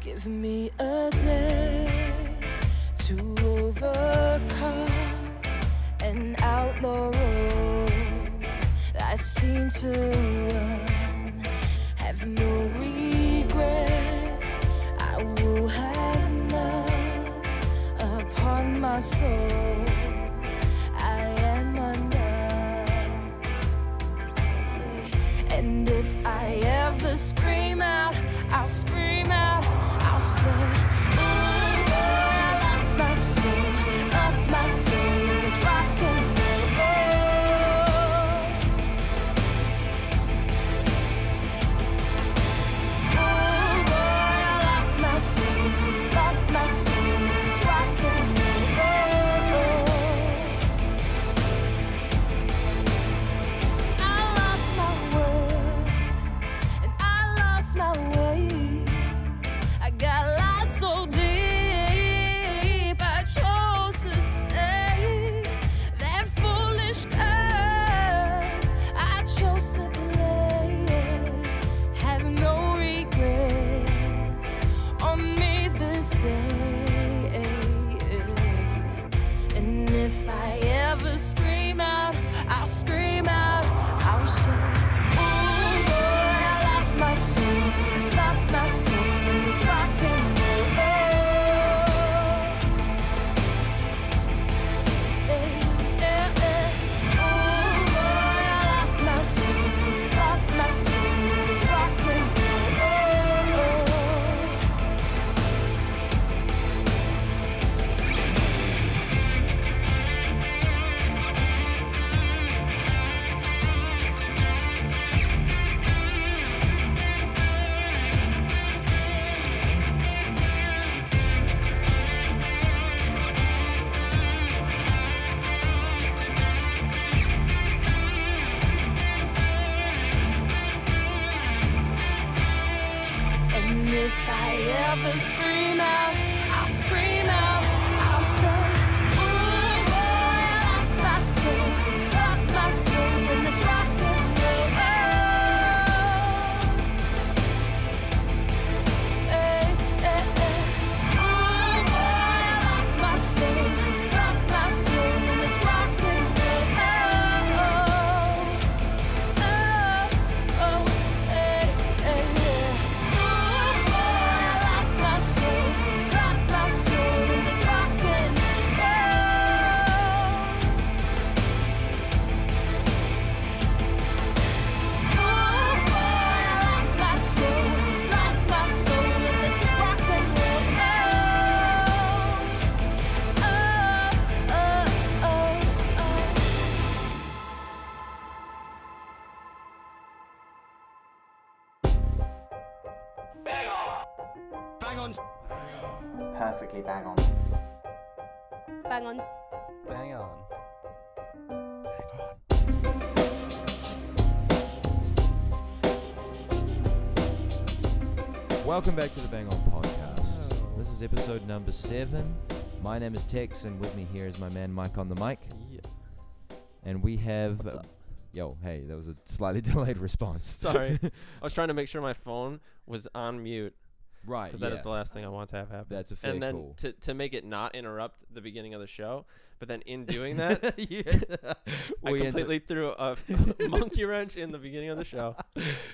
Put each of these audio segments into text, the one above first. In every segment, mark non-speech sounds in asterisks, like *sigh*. Give me a day to overcome an outlaw road I seem to run. Have no regrets, I will have none upon my soul. I am undone. And if I ever scream out, I'll scream out, I'll say, Ooh, I lost my soul, lost my soul in this rock and roll. Oh boy, I lost my soul, lost my soul in this rock and roll. I lost my words and I lost my way. I got lost so deep. I chose to stay. That foolish curse. I chose to play. Have no regrets on me this day. And if I ever scream out, I'll scream out, I'll say, Oh boy, I lost my soul, lost my soul in this rock and roll. Eh, eh, eh. Oh boy, I lost my soul, lost my soul in this rock and roll. And if I ever scream out, I'll scream out, I'll say, Ooh, boy, I lost my soul, lost my soul in this rock and roll. Hey, hey, hey. Ooh, boy, I lost my soul, lost my soul in this rock and roll. Oh Perfectly bang on. Bang on. Bang on. Welcome back to the Bang On Podcast. This is episode number seven. My name is Tex, and with me here is my man Mike on the mic. Yeah. And we have. What's up? Yo, hey, that was a slightly *laughs* delayed *laughs* response. Sorry. I was trying to make sure my phone was on mute right. because yeah. that is the last thing I want to have happen. That's a fair and then call. to, to make it not interrupt the beginning of the show, but then in doing *laughs* that, yeah. *laughs* I *laughs* We enter- completely threw a *laughs* monkey wrench in the beginning of the show.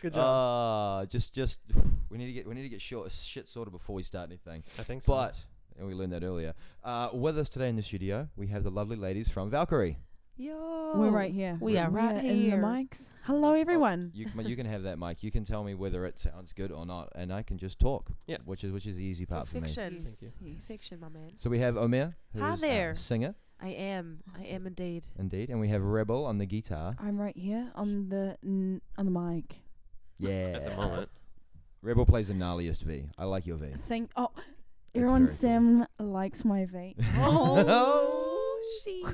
Good job. Uh, just, just we need to get we need to get short, shit sorted before we start anything. I think so. But and we learned that earlier. Uh, with us today in the studio, we have the lovely ladies from Valkyrie. Yo. We're right here. Oh, We are right in the here. mics. Hello, Oh, everyone. You can, you can have that mic. You can tell me whether it sounds good or not, and I can just talk. Yeah. which is which is the easy part for me. Perfection. Thank Fiction, my man. So we have Omer, Hi who's there. a singer I am. I am indeed. indeed, and we have Rebel on the guitar. I'm right here on the n- on the mic. Yeah, *laughs* At the moment, Rebel plays the gnarliest V. I like your V. Thank oh, It's everyone. very cool. Sam likes my *laughs* vape. Oh. *laughs* she.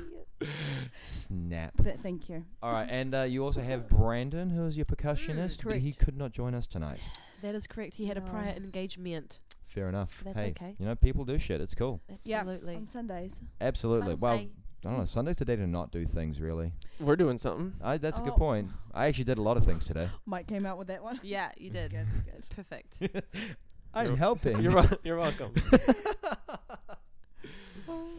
Snap. But thank you. All right, and uh, you also have Brandon, who is your percussionist. but he correct. could not join us tonight. That is correct. He had a No. prior engagement. Fair enough. That's hey, okay. You know, people do shit. It's cool. Yeah. Absolutely. On Sundays. Absolutely. Sun's Well, day. I don't know. Sunday's the day to not do things, really. we're doing something. *laughs* I, that's a good Oh. point. I actually did a lot of things today. Mike came out with that one. Yeah, you *laughs* It's did. good. It's good. Perfect. I'm You're- helping. You're, wel- you're welcome.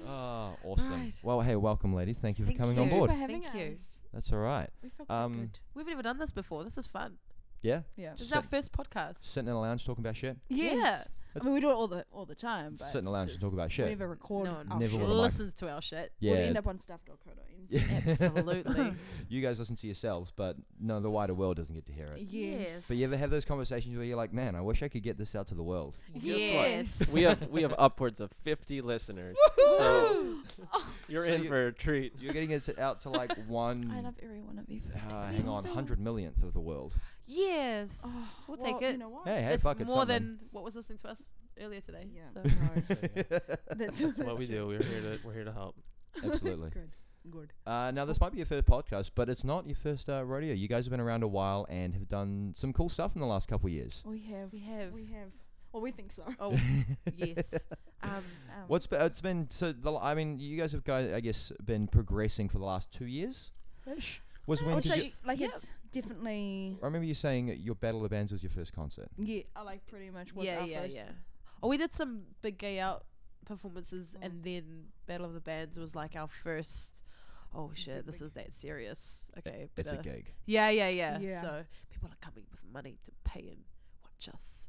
Ah, awesome. Right. Well, hey, welcome, ladies. Thank you for Thank coming on you. board. for having Thank you. us. That's all right. We felt Um, good. We've never done this before. This is fun. Yeah, Yeah. This is our sit- first podcast. sitting in a lounge talking about shit. Yes. That's- I mean, we do it all the all the time, but Sitting in a lounge and just talking about we shit. never record. no one our Never shit. would have liked- listens to *laughs* our shit. yeah, We'd end up on stuff.co.nz. Yeah. *laughs* Absolutely. you guys listen to yourselves, but no, the wider world doesn't get to hear it. Yes. But you ever have those conversations where you're like, man, I wish I could get this out to the world. Yes. we have we have upwards of 50 listeners. so *laughs* you're So in you- for a treat. You're getting it out to like I one, love every one of you. for uh, fucking hang on, being- hundred millionth of the world. Yes. Oh, We'll take well, it. You know what? Hey, hey, it's fuck more it, something. than *laughs* what was listening to us earlier today. Yeah. *laughs* So. *laughs* No. *laughs* That's That's That's what we do. We're here to we're here to help. Absolutely. *laughs* Good. Good. Uh, now, this might be your first podcast, but it's not your first uh, rodeo. You guys have been around a while and have done some cool stuff in the last couple of years. *laughs* We have. We have. We have. Well, we think so. Oh, yes. Um, Um, What's been, it's been so? The, I mean, you guys have guys, I guess, been progressing for the last two years. Ish. Was I when? would 'cause say, you- like Yeah. it's definitely I remember you saying your Battle of the Bands was your first concert. yeah. I like pretty much *laughs* was yeah, our yeah, first. yeah. Oh, we did some big gay out performances, Mm. and then Battle of the Bands was like our first. Oh shit, this big- is that serious. Okay, It's a better- gig. Yeah, yeah, yeah, Yeah. So people are coming with money to pay and watch us.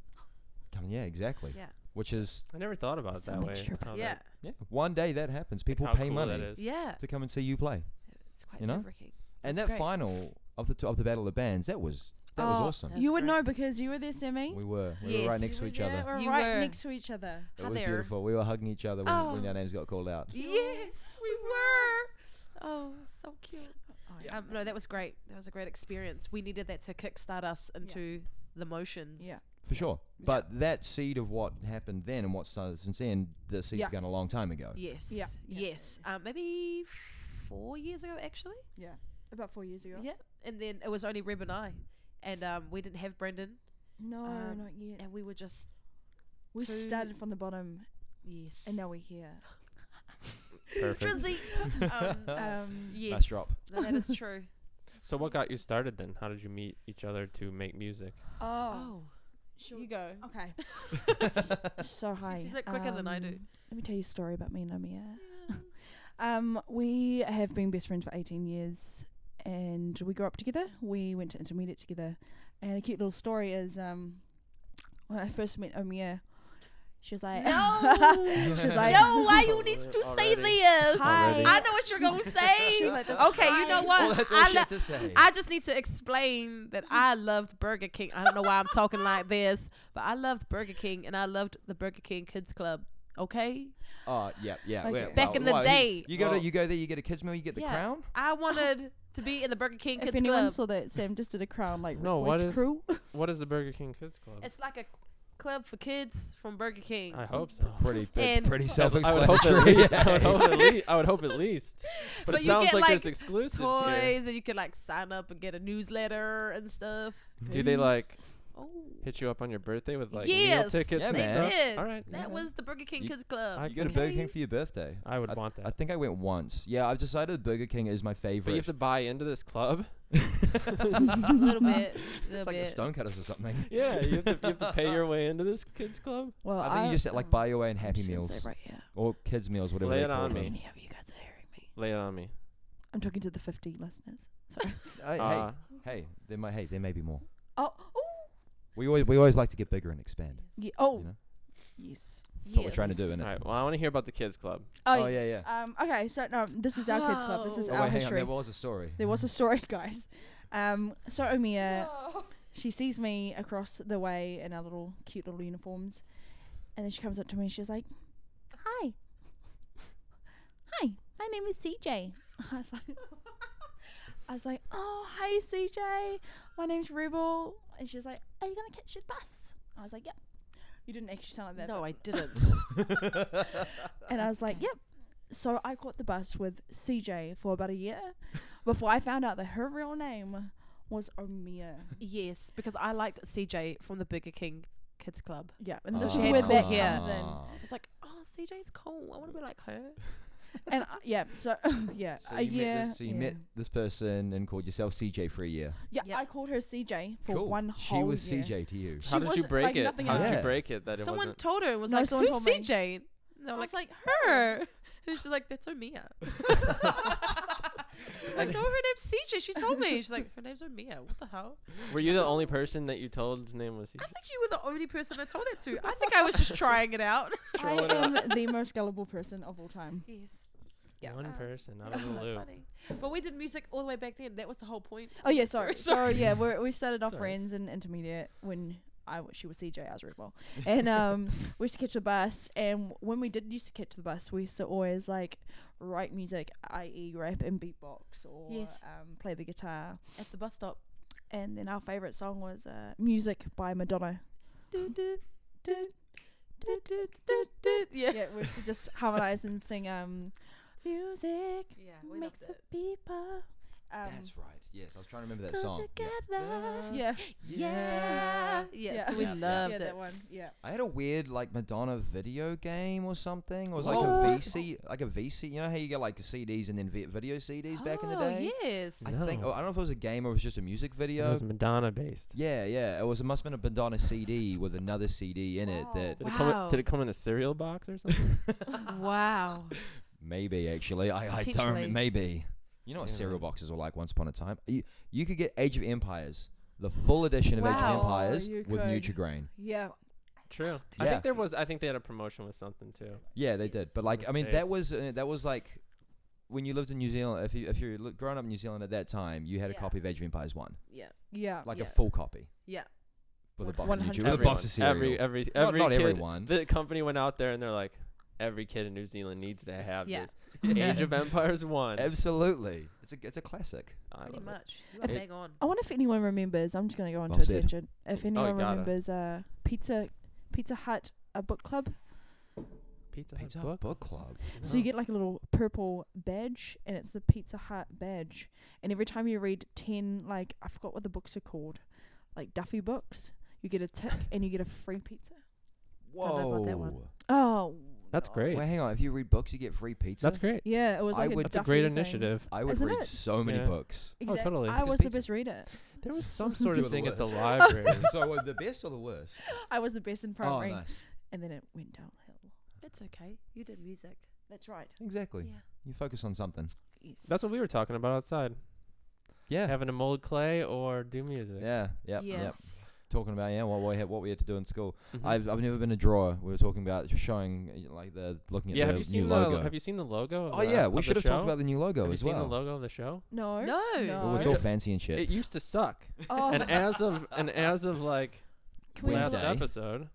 Come- yeah, exactly. Yeah, Which is I never thought about it So that much way. your Oh, how that- yeah, yeah. One day that happens. People how pay cool money That is. yeah. to come and see you play. It's quite You know? nerve-wracking. And That's that great. final of the t- of the Battle of the Bands, that was that was Oh, awesome. That's you would great. know because you were there, Semi. We were we were Yes. right next to each Yeah, other. we're You right were. next to each other. It Hi was there. beautiful. We were hugging each other when, when Oh. our names got called out. *laughs* Yes, we were. Oh, so cute. Yeah. Um, no, that was great. That was a great experience. We needed that to kickstart us into the motions. Yeah. For sure. But that seed of what happened then and what started since then, the seed Yeah. began a long time ago. Yes. Yeah. Yeah. Yes. Um, maybe four years ago, actually. About four years ago. Yeah. And then it was only Reb and I, and um, we didn't have Brendan, No, Um, not yet. and we were just we two- started from the bottom, yes. *laughs* and now we're here. Perfect. *laughs* Trizzy. um, Um, yes. drop. No, that is true. So what got you started then? How did you meet each other to make music? *laughs* oh, Oh, you go. *laughs* okay. so high. says it quicker than I do. Um, Let me tell you a story about me and Amir. Um, we have been best friends for 18 years and we grew up together. We went to intermediate together. And a cute little story is um, when I first met Amir, she was like, *laughs* No. she was like, *laughs* no, why you need to say Already. this? Already. I know what you're gonna say. She was like, this okay, you hi. know what? Well, that's all I, she lo- had to say. I just need to explain that I loved Burger King. I don't know why I'm talking like this, but I loved Burger King and I loved the Burger King Kids Club. Okay, Oh, yeah, yeah. Like, yeah, Back well, in the well, you- day. You, go to, Well- you go there, you get a kids meal, you get the Yeah. crown. I wanted to be in the Burger *laughs* King If Kids anyone Club. saw that, Sam just did a crown like No, request what is- crew. What is the Burger King Kids Club? it's like a club for kids from Burger King. I hope so. Pretty, And- it's pretty I self would- I would *laughs* hope at *laughs* explanatory. least. I would hope at least. I would hope at *laughs* least. But, But it you sounds get, like, like, there's exclusives here. Toys and you could like sign up and get a newsletter and stuff. Do they like Oh, hit you up on your birthday with like meal yes, tickets Yeah, and they man. stuff? did. All right. that yeah. was the Burger King You- Kids Club. I You go to can- Burger King Okay. for your birthday. I would I, want that. I think I went once. Yeah, I've decided Burger King is my but you favorite. *laughs* have to buy into this *laughs* club. a little bit. it's little like bit. the Stonecutters or something. Yeah, you have to, you have to pay your way into this kids club. Well, I think you just like buy your way in Happy I'm just gonna Meals say right here. or kids meals, whatever Lay they it call on If me. them. any of you guys are hearing me, Lay it on me. I'm talking to the 50 listeners. *laughs* Sorry. Hey, Uh, hey, hey, there might, hey, there may be more. oh, oh, We always, we always like to get bigger and expand. yeah, oh, You know? yes. That's what we're trying to do, Yes. innit? all right. Well, I want to hear about the kids club. Oh, yeah, yeah. Um, okay, so no, this is our kids club. This is Oh, our wait, hang on. history. There was a story. there was a story, *laughs* guys. Um, so Omia, Oh. she sees me across the way in our little cute little uniforms, and then she comes up to me and she's like, "Hi, *laughs* hi, my name is CJ." *laughs* I was like, I was like, "Oh, hey CJ, my name's Rebel," and she was like, "Are you gonna catch the bus?" I was like, "Yep." You didn't actually sound like that. No, but- I didn't. and I was like, yep. So I caught the bus with CJ for about a year *laughs* before I found out that her real name was Omia. yes, because I liked CJ from the Burger King Kids Club. Yeah, and this Oh. is where that Yeah. Ah. comes in. So it's like, oh, CJ's cool. I want to be like her. and I, yeah, so *laughs* yeah, So a you, met year. this, so you yeah. met this person and called yourself CJ for a year. Yeah, Yep. I called her CJ for cool. one whole. She was year. CJ to you. How did you wasn't, break like, it? nothing How did else. you break it that it Someone wasn't? told her and was No, like, someone "Who's told me." CJ?" And I they were like, was like, "Her." *laughs* And she's like, "That's Omia." she's like, "No, her name's CJ. She told me." She's like, "Her name's Omia. What the hell?" Were you the only person that you told his name was? I think you were the only person I told it to. I think I was *laughs* just trying it out. I am the most gullible person of all time. yes. Yeah. One person. I That was was in the so loop. funny. But we did music all the way back then. That was the whole point. Oh yeah, sorry, *laughs* sorry. Sorry. yeah, we're, we started off Sorry. friends in intermediate when I w- she was CJ, I was Red Bull, and *laughs* um, we used to catch the bus. And when we did used to catch the bus, we used to always like write music, i.e., rap and beatbox, or Yes. um, play the guitar. At the bus stop. And then our favorite song was uh, "Music" by Madonna. Yeah. yeah, we used to *laughs* just harmonize and sing um, "Music Yeah, we makes loved the it. people." Um, That's right. Yes, I was trying to remember that come song. Yeah. together. Yeah. Yeah. Yeah, Yeah. so we Yeah, yeah. loved yeah, it. that one. Yeah. I had a weird like Madonna video game or something. It was like What? a VC, like a VC. You know how you get like CDs and then vi- video CDs back in the Oh, day. Yes. *laughs* I think No. oh, I don't know if it was a game or it was just a music video. It was Madonna based. yeah, yeah. It was it must have been a Madonna CD with another CD in it that Did it come? Wow. In, did it come in a cereal box or something? wow. Maybe actually, I, I don't. Potentially. rem- Maybe. You know what Yeah. cereal boxes were like once upon a time. You, you could get Age of Empires, the full edition of Age Wow. of Empires You with could. NutriGrain. Yeah. True. I Yeah. think there was. I think they had a promotion with something too. Yeah, they did. But like, the I mean, that States. was uh, that was like when you lived in New Zealand. If you if you're growing up in New Zealand at that time, you had a Yeah. copy of Age of Empires one, Yeah. Yeah. like Yeah. a full copy Yeah. with a With box of Nutri- with a Everyone. box of cereal. Every every Not- every not kid, everyone. The company went out there and they're like, every kid in New Zealand needs to have Yeah. this. *laughs* Yeah. Age of Empires one. Absolutely, it's a it's a classic. I *laughs* Pretty love it. much. You If- are bang on. I wonder if anyone remembers. I'm just gonna go on to Well a said. tangent. Oh, If anyone gotta. remembers, uh, Pizza Pizza Hut a book club. Pizza, Pizza Hut Hut book. Book Club. So Uh-huh. you get like a little purple badge, and it's the Pizza Hut badge. And every time you read ten, like I forgot what the books are called, like Duffy books, you get a tick *laughs* and you get a free pizza. know about that one. Whoa! Oh, That's great. Wait, hang on. If you read books, you get free pizza. That's great. yeah, it was I like would- That's a, a Duffy great thing. initiative. I would Isn't read it? so many Yeah. books. Exactly. totally. I Because was the pizza- best reader. There *laughs* *laughs* was So- some sort You of were thing the at the worst. library. so the best or the worst? I was the best in Oh, primary, nice. and then it went downhill. That's okay. You did music. That's right. Exactly. Yeah. You focus on something. Yes. That's what we were talking about outside. Yeah. Having to mold clay or do music. Yeah. Yeah. Yeah. yes. Talking about yeah, what we had, what we had to do in school. Mhm. I've, I've never been a drawer. We were talking about just showing uh, like the looking at yeah. the Have you new seen the logo. Have you seen the logo? Of oh the, yeah, we of should the have talked show? about the new logo Have you as seen well. the logo of the show? No. No. Well, It's No. all fancy and shit. It used to suck. *laughs* Oh. And as of and as of like Can we last just- Wednesday. episode,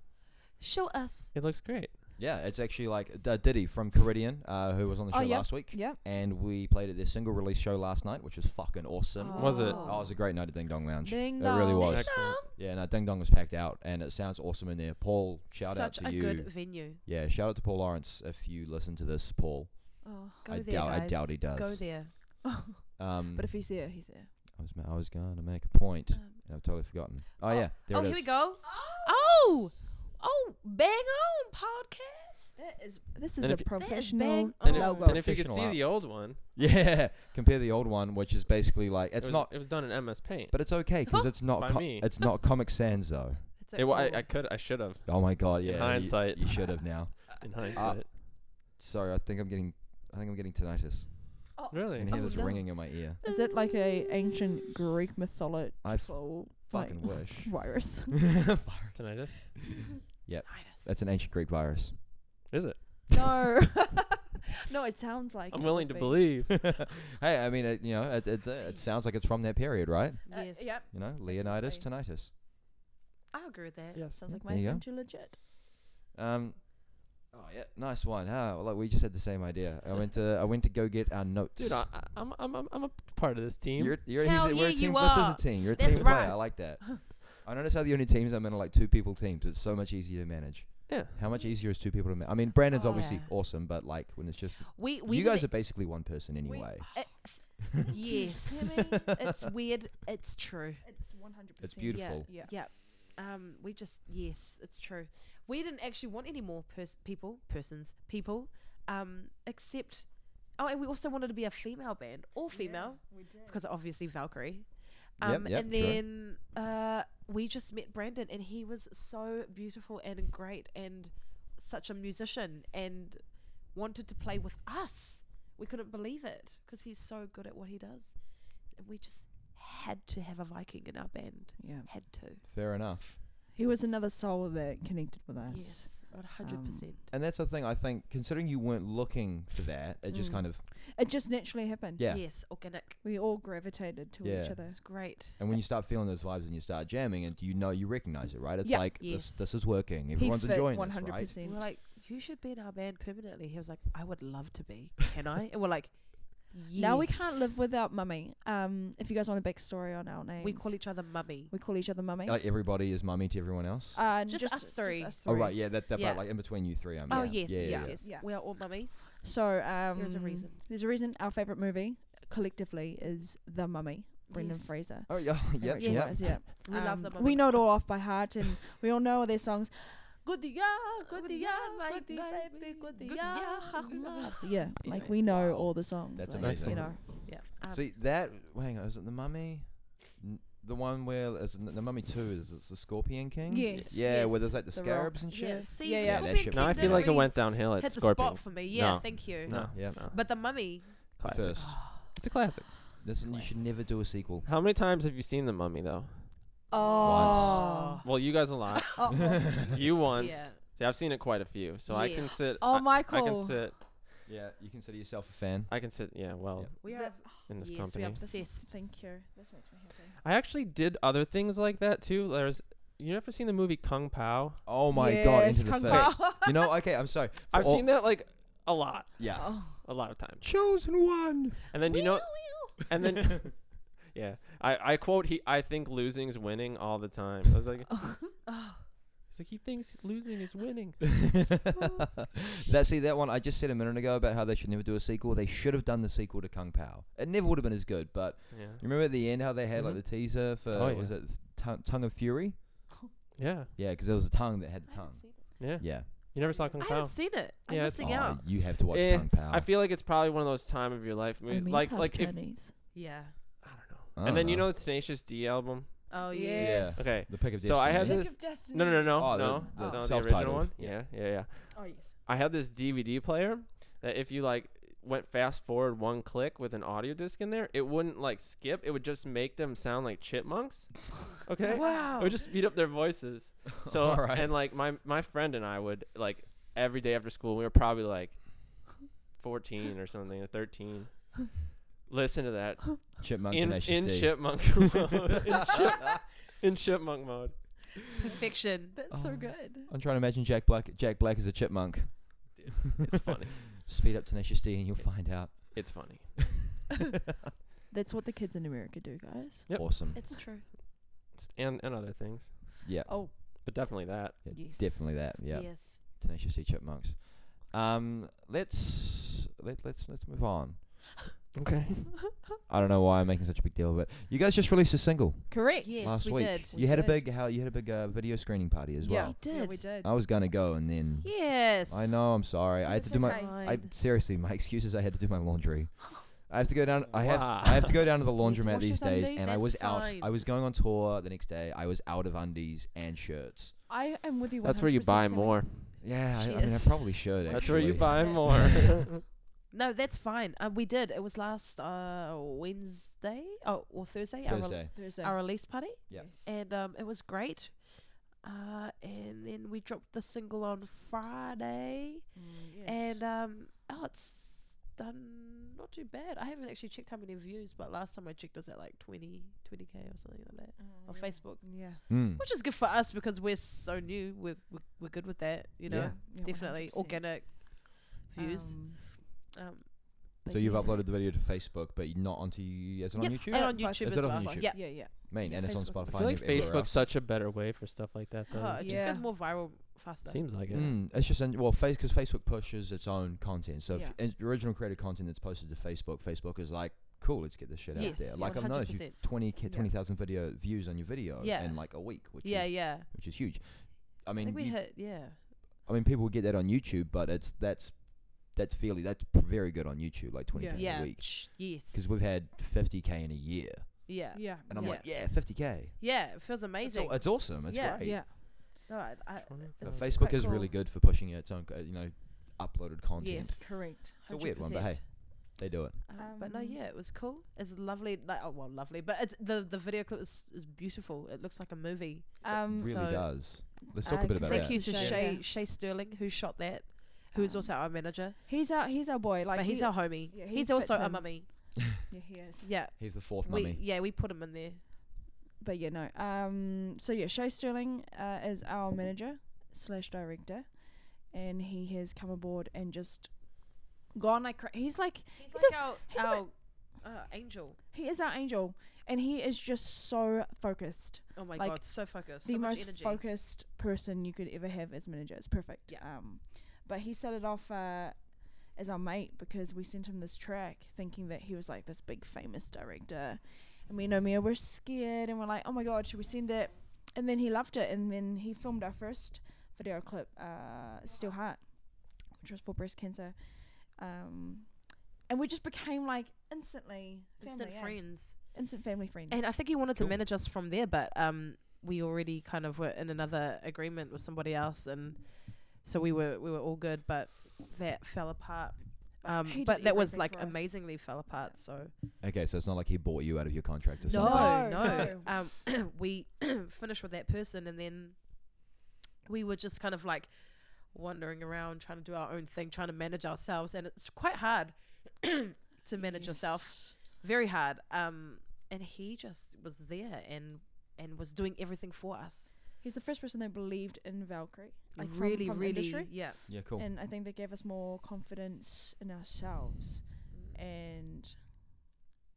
Show us. it looks great. yeah, it's actually like D- Diddy from Caridian, uh, who was on the Oh, show yeah. last week, Yeah. and we played at their single release show last night, which was fucking awesome. Oh. Was it? Oh, it was a great night at Ding Dong Lounge. Ding it really dong. was. Excellent. Yeah, no, Ding Dong was packed out, and it sounds awesome in there. Paul, shout Such out to a you. good venue. Yeah, shout out to Paul Lawrence if you listen to this, Paul. Oh. Go I there, doubt- I guys. doubt he does. Go there. *laughs* Um, But if he's there, he's there. I was I was going to make a point, Um, and I've totally forgotten. Oh, yeah, there oh, it is. here we go. Oh, oh, bang on podcast. That is. This is And a if- professional on. And Oh, if, logo. wow. and if you could see Professional the old one, *laughs* Yeah, compare the old one, which is basically like it it's was, not, It was done in MS Paint. but it's okay because it's not By co- me. it's not Comic Sans though. It's It, wa- I, I could. I should have. Oh my god, yeah. you- hindsight. you, should have now. In hindsight. uh, Sorry, I think I'm getting I think I'm getting tinnitus. I really? can hear Oh, this no. ringing in my *laughs* ear. Is it like a ancient Greek mythological I f- fucking like, wish. virus? *laughs* Virus. Tinnitus. That's an ancient *laughs* Greek virus. Is it? *laughs* no, *laughs* no, it sounds like. I'm it willing to would be. believe. hey, I mean, it, you know, it, it, it sounds like it's from that period, right? Uh, yes. Yep, You know, Leonidas, tinnitus. I agree with that. Yes. sounds like There my you go. friend *laughs* too legit. Um, oh yeah, nice one. Huh? Well, like we just had the same idea. I went to I went to go get our notes. Dude, I, I- I'm, I'm, I'm, I'm a part of this team. you're, you're, Hell he's a- we're a yeah, team. you This is a are. team. You're a That's team player. right. I like that. I notice how the only teams I'm in are like two people teams. It's so much easier to manage. yeah. How much easier is two people to manage? I mean, Brandon's Oh, obviously yeah. awesome, but like when it's just We we you did guys it- are basically one person *laughs* anyway. *laughs* yes. Uh, it's weird. It's true. It's 100. It's beautiful. Yeah. Yeah. Um, we just yes, it's true. We didn't actually want any more pers- people, persons, people, um, except Oh, and we also wanted to be a female band, all female, because obviously Valkyrie. Yep, Um, yep, and sure. then uh, we just met Brandon, and he was so beautiful and great, and such a musician, and wanted to play with us. We couldn't believe it because he's so good at what he does, and we just had to have a Viking in our band. Yeah. Had to. Fair enough. He was another soul that connected with us. Yes, one hundred percent. um, And that's the thing. I think considering you weren't looking for that, it just Mm. kind of It just naturally happened. yeah. Yes, organic. We all gravitated to each Yeah. other. It's great. And when you start feeling those vibes and you start jamming, and you know you recognize it, right? It's Yeah. like Yes. this, this is working. He Everyone's fit enjoying this, right? 100%. We were like, you should be in our band permanently. He was like, I would love to be. *laughs* Can I? And we're like, yes. Now we can't live without mummy. Um, if you guys want a backstory on our names, We call each other mummy. we call each other mummy. Like everybody is mummy to everyone else. Uh, Just us three. oh right, yeah, that, that Yeah. part like in between you three. I mean, Oh yeah. yes, yeah, yes, yeah, yeah. yes. yeah. We are all mummies. So um, There's a reason. There's a reason. Our favorite movie collectively is The Mummy. Brendan Yes. Fraser. Oh yeah, *laughs* and yep, Rachel yep. Weisz, yeah. We love Um, the mummy. We know it all off by heart, and we all know all their songs. *laughs* Good yeah, Good yeah, my good yeah, baby, good good yeah, yeah, Chachma. Yeah, Yeah. like we know Wow. all the songs. That's like, amazing. You know, *laughs* Yeah. Um, See that? Hang on, is it the mummy? N- The one where is it the mummy two? Is it the Scorpion King? Yes, Yeah, where yes, there's like the, the rock. scarabs and shit. yeah, see, Yeah, yeah. the Yeah, that Scorpion shit No, I King was feel like it really went downhill hit at the Scorpion. spot for me. Yeah, No. thank you. No, yeah. No. But the mummy, Classic. First, It's a classic. this you should never do a sequel. How many times have you seen The Mummy, though? Oh. Well, you guys a *laughs* lot. you once. yeah. See, I've seen it quite a few, so I can Yes. sit. Oh, *laughs* I, I can Michael. sit. Yeah, you consider yourself a fan. I can sit. Yeah, well, Yep. We The- are in this yes, company. we are obsessed. Thank you. This makes me happy. I actually did other things like that too. There's, you ever seen the movie Kung Pao? Oh my god, Yes, into the Kung face. *laughs* Pao. *laughs* you know, okay, I'm sorry. For I've all- seen that like a lot, Yeah. Oh. a lot of times. Chosen one. And then you know, and *laughs* *laughs* then, yeah, I I quote he I think losing's winning all the time. I was like, *laughs* Oh. it's like he thinks losing is *laughs* winning. *laughs* that see that one I just said a minute ago about how they should never do a sequel. They should have done the sequel to Kung Pao. It never would have been as good. But Yeah, you remember at the end how they had Mhm. like the teaser for Oh, was yeah. it Tongue, Tongue of Fury? yeah, Yeah, because there was a tongue that had the I haven't tongue. seen it. yeah. Yeah. You never saw Kung I Pao? haven't seen it. I'm Yeah, it's- missing Oh, out. you have to watch Eh, Kung Pao. I feel like it's probably one of those time of your life Oh, movies. Like like if Yeah. I don't know. I don't and then you know the Tenacious D album. Oh Yeah. yes. Yes. Okay. Oh, the pick of so I had Destiny. this- No, no, no, no, Oh, the- no, the no, the self-titled. original one. Yeah. Yeah, yeah, yeah. Oh yes. I had this DVD player that if you like went fast forward one click with an audio disc in there, it wouldn't like skip. It would just make them sound like *laughs* chipmunks. Okay. It Wow. would just speed up their voices. So All right. and like my my friend and I would like every day after school we were probably like 14 or something, or 13. *laughs* Listen to that Chipmunk in Tenacious in D. chipmunk *laughs* mode. in, chip, in chipmunk mode. *laughs* Perfection. That's so Oh. good. I'm trying to imagine Jack Black. Jack Black is a chipmunk. It's funny. *laughs* Speed up Tenacious D and you'll find out. *laughs* It's funny. That's what the kids in America do, guys. Yep. Awesome. It's true. It's- And and other things, Yeah. Oh but definitely that. Yeah, yes. Definitely that. Yeah. Yes. Tenacious D chipmunks. Um, let's let let's let's move on. Okay. I don't know why I'm making such a big deal of it. You guys just released a single Correct. Yes, last we week. did. You had a did. big how you had a big uh, video screening party as Yeah. well. We Yeah, did. we did. I was gonna go and then Yes. I know I'm sorry. I had to It's do my okay. I seriously my *laughs* excuse is I had to do my laundry. I have to go down. I have Wow. I have to go down to *laughs* the need to laundromat wash these your days, undies? and I That's was fine. out. I was going on tour the next day. I was out of undies and shirts. I am with you. That's where you 100%, buy Sammy. more. Yeah, I, She I mean I is. probably should. Actually. That's where you *laughs* buy Yeah. more. no, that's fine. Uh, we did. It was last uh, Wednesday oh, or Thursday. our rel- Thursday. Thursday. Our, release party, Yeah. Yes. and um, it was great. Uh, and then we dropped the single on Friday, Mm, yes. and um, oh, it's done not too bad. I haven't actually checked how many views, but last time I checked, it was at like 20, 20k or something like that on Facebook, yeah. Mm. which is good for us because we're so new. We're we're, we're good with that, you know. Yeah. Yeah, Definitely 100%. organic views. Um, Um, but So you've yes, uploaded the video to Facebook, but not onto you. Is it on yeah, YouTube? and on Uh, but- YouTube Is as it well. on YouTube? Yeah. Yeah, yeah. Mean, Yeah, and it's on Facebook. Spotify. I feel like and everywhere Facebook's else. such a better way for stuff like that, though. Oh, it It just goes Yeah. more viral faster. seems like it. Mm, it's just in, well, face because Facebook pushes its own content. So Yeah. if and original created content that's posted to Facebook, Facebook is like, cool, let's get this shit out Yes, there. yeah, Like I've noticed you 100%. 20 Yeah. 20,000 video views on your video Yeah. in like a week, which yeah, is yeah. which is huge. I I mean, think we you- hit yeah. I mean, people get that on YouTube, but it's that's that's fairly that's p- very good on YouTube, like twenty Yeah. k yeah. a week. sh- yes. Because we've had fifty k in a year, yeah. Yeah. and I'm Yeah. like, yeah, fifty k. Yeah. It feels It's, amazing. all, it's awesome. It's Yeah. great. Yeah. No, I, I, But it's Facebook quite is really cool. good for pushing its own, uh, you know, uploaded content. Yes. Correct. It's a weird one, but hey, 100%. they do it. Uh, but no, Um, yeah, it was cool. It's lovely. Like, oh well, lovely. But it's, the the video clip is, is beautiful. It looks like a movie. Um, Really So- uh, does. Let's talk I a bit about completely that. Thank you to Yeah. Shay Yeah. Shay Sterling who shot that, who is Um, also our manager. He's our he's our boy. Like but he's he- our homie. yeah, he he's also fits our in. mummy. yeah he is. Yeah, He's the fourth we mummy. yeah we put him in there. But yeah no. Um. So yeah, Shay Sterling uh, is our manager slash director, and he has come aboard and just gone like cra- he's like He's, He's like he's a our, our uh, angel. he is our angel, and he is just so focused. Oh my Like, god, so focused, the so much most energy. focused person you could ever have as manager. It's perfect. Yeah. Um, but he started off uh, as our mate because we sent him this track thinking that he was like this big famous director. And we know Mia were scared and we're like, oh my god, should we send it? And then he loved it. And then he filmed our first video clip, uh, Still Heart, which was for breast cancer. Um, and we just became like instantly Instant family, eh? friends. Instant family friends. And I think he wanted Cool. to manage us from there, but um, we already kind of were in another agreement with somebody else, and so we were we were all good, but that fell apart. he Um, did but that was everything like for us. amazingly fell apart. So Okay, so it's not like he bought you out of your contract or something. no, no. No, Um, *clears throat* we finished with that person, and then we were just kind of like wandering around, trying to do our own thing, trying to manage ourselves, and it's quite hard *clears throat* to manage yourself very hard. Um, and he just was there and and was doing everything for us. He's the first person that believed in Valkyrie. Like from- really, from, the really, industry. yeah. Yeah, cool. And I think they gave us more confidence in ourselves. And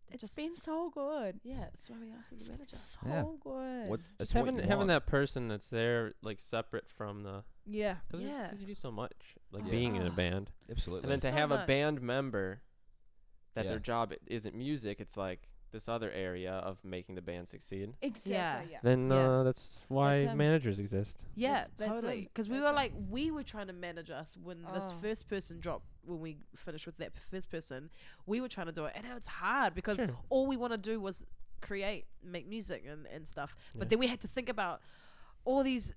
it's Just- been so good. Yeah, that's why we asked him It's to been manage us. so Yeah. uh, good. What, Just that's what having you having want. that person that's there like separate from the Yeah. because Yeah. you do so much like Yeah. being in a Ah. band Absolutely. and then to So have a much. band member that Yeah. their job i- isn't music it's like this other area of making the band succeed Exactly. Yeah. Yeah. then Yeah. uh, that's why It's, um, managers exist Yeah, That's- that's it. totally. Because we That's were it. like, we were trying to manage us when this Oh. first person dropped. When we finished with that first person, we were trying to do it, and now it's hard because *laughs* Sure. all we want to do was create, make music, and and stuff. But Yeah. then we had to think about all these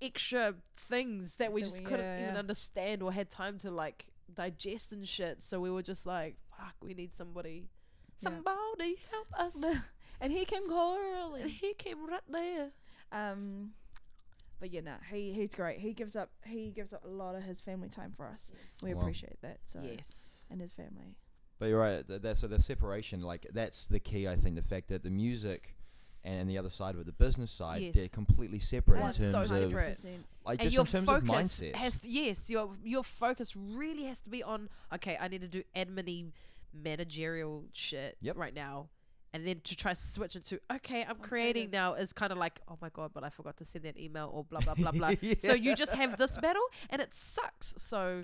extra things that we That just we- couldn't yeah, even yeah. understand or had time to like digest and shit. So we were just like, fuck, we need somebody. Somebody help *laughs* us. And he came calling. *laughs* and he came right there. Um, but yeah, nah, he he's great. He gives up. He gives up a lot of his family time for us. We Wow. appreciate that. So Yes. and his family. But you're right. That, that, so the separation, like that's the key. I think the fact that the music and the other side of it, the business side, Yes. they're completely separate in That's so terms of, separate. like, and just your in terms of focus mindset. has to, yes your your focus really has to be on okay i need to do admin managerial shit Yep. right now and then to try to switch into okay i'm creative. creating now is kind of like oh my god but i forgot to send that email or blah blah *laughs* blah blah so you just have this battle and it sucks so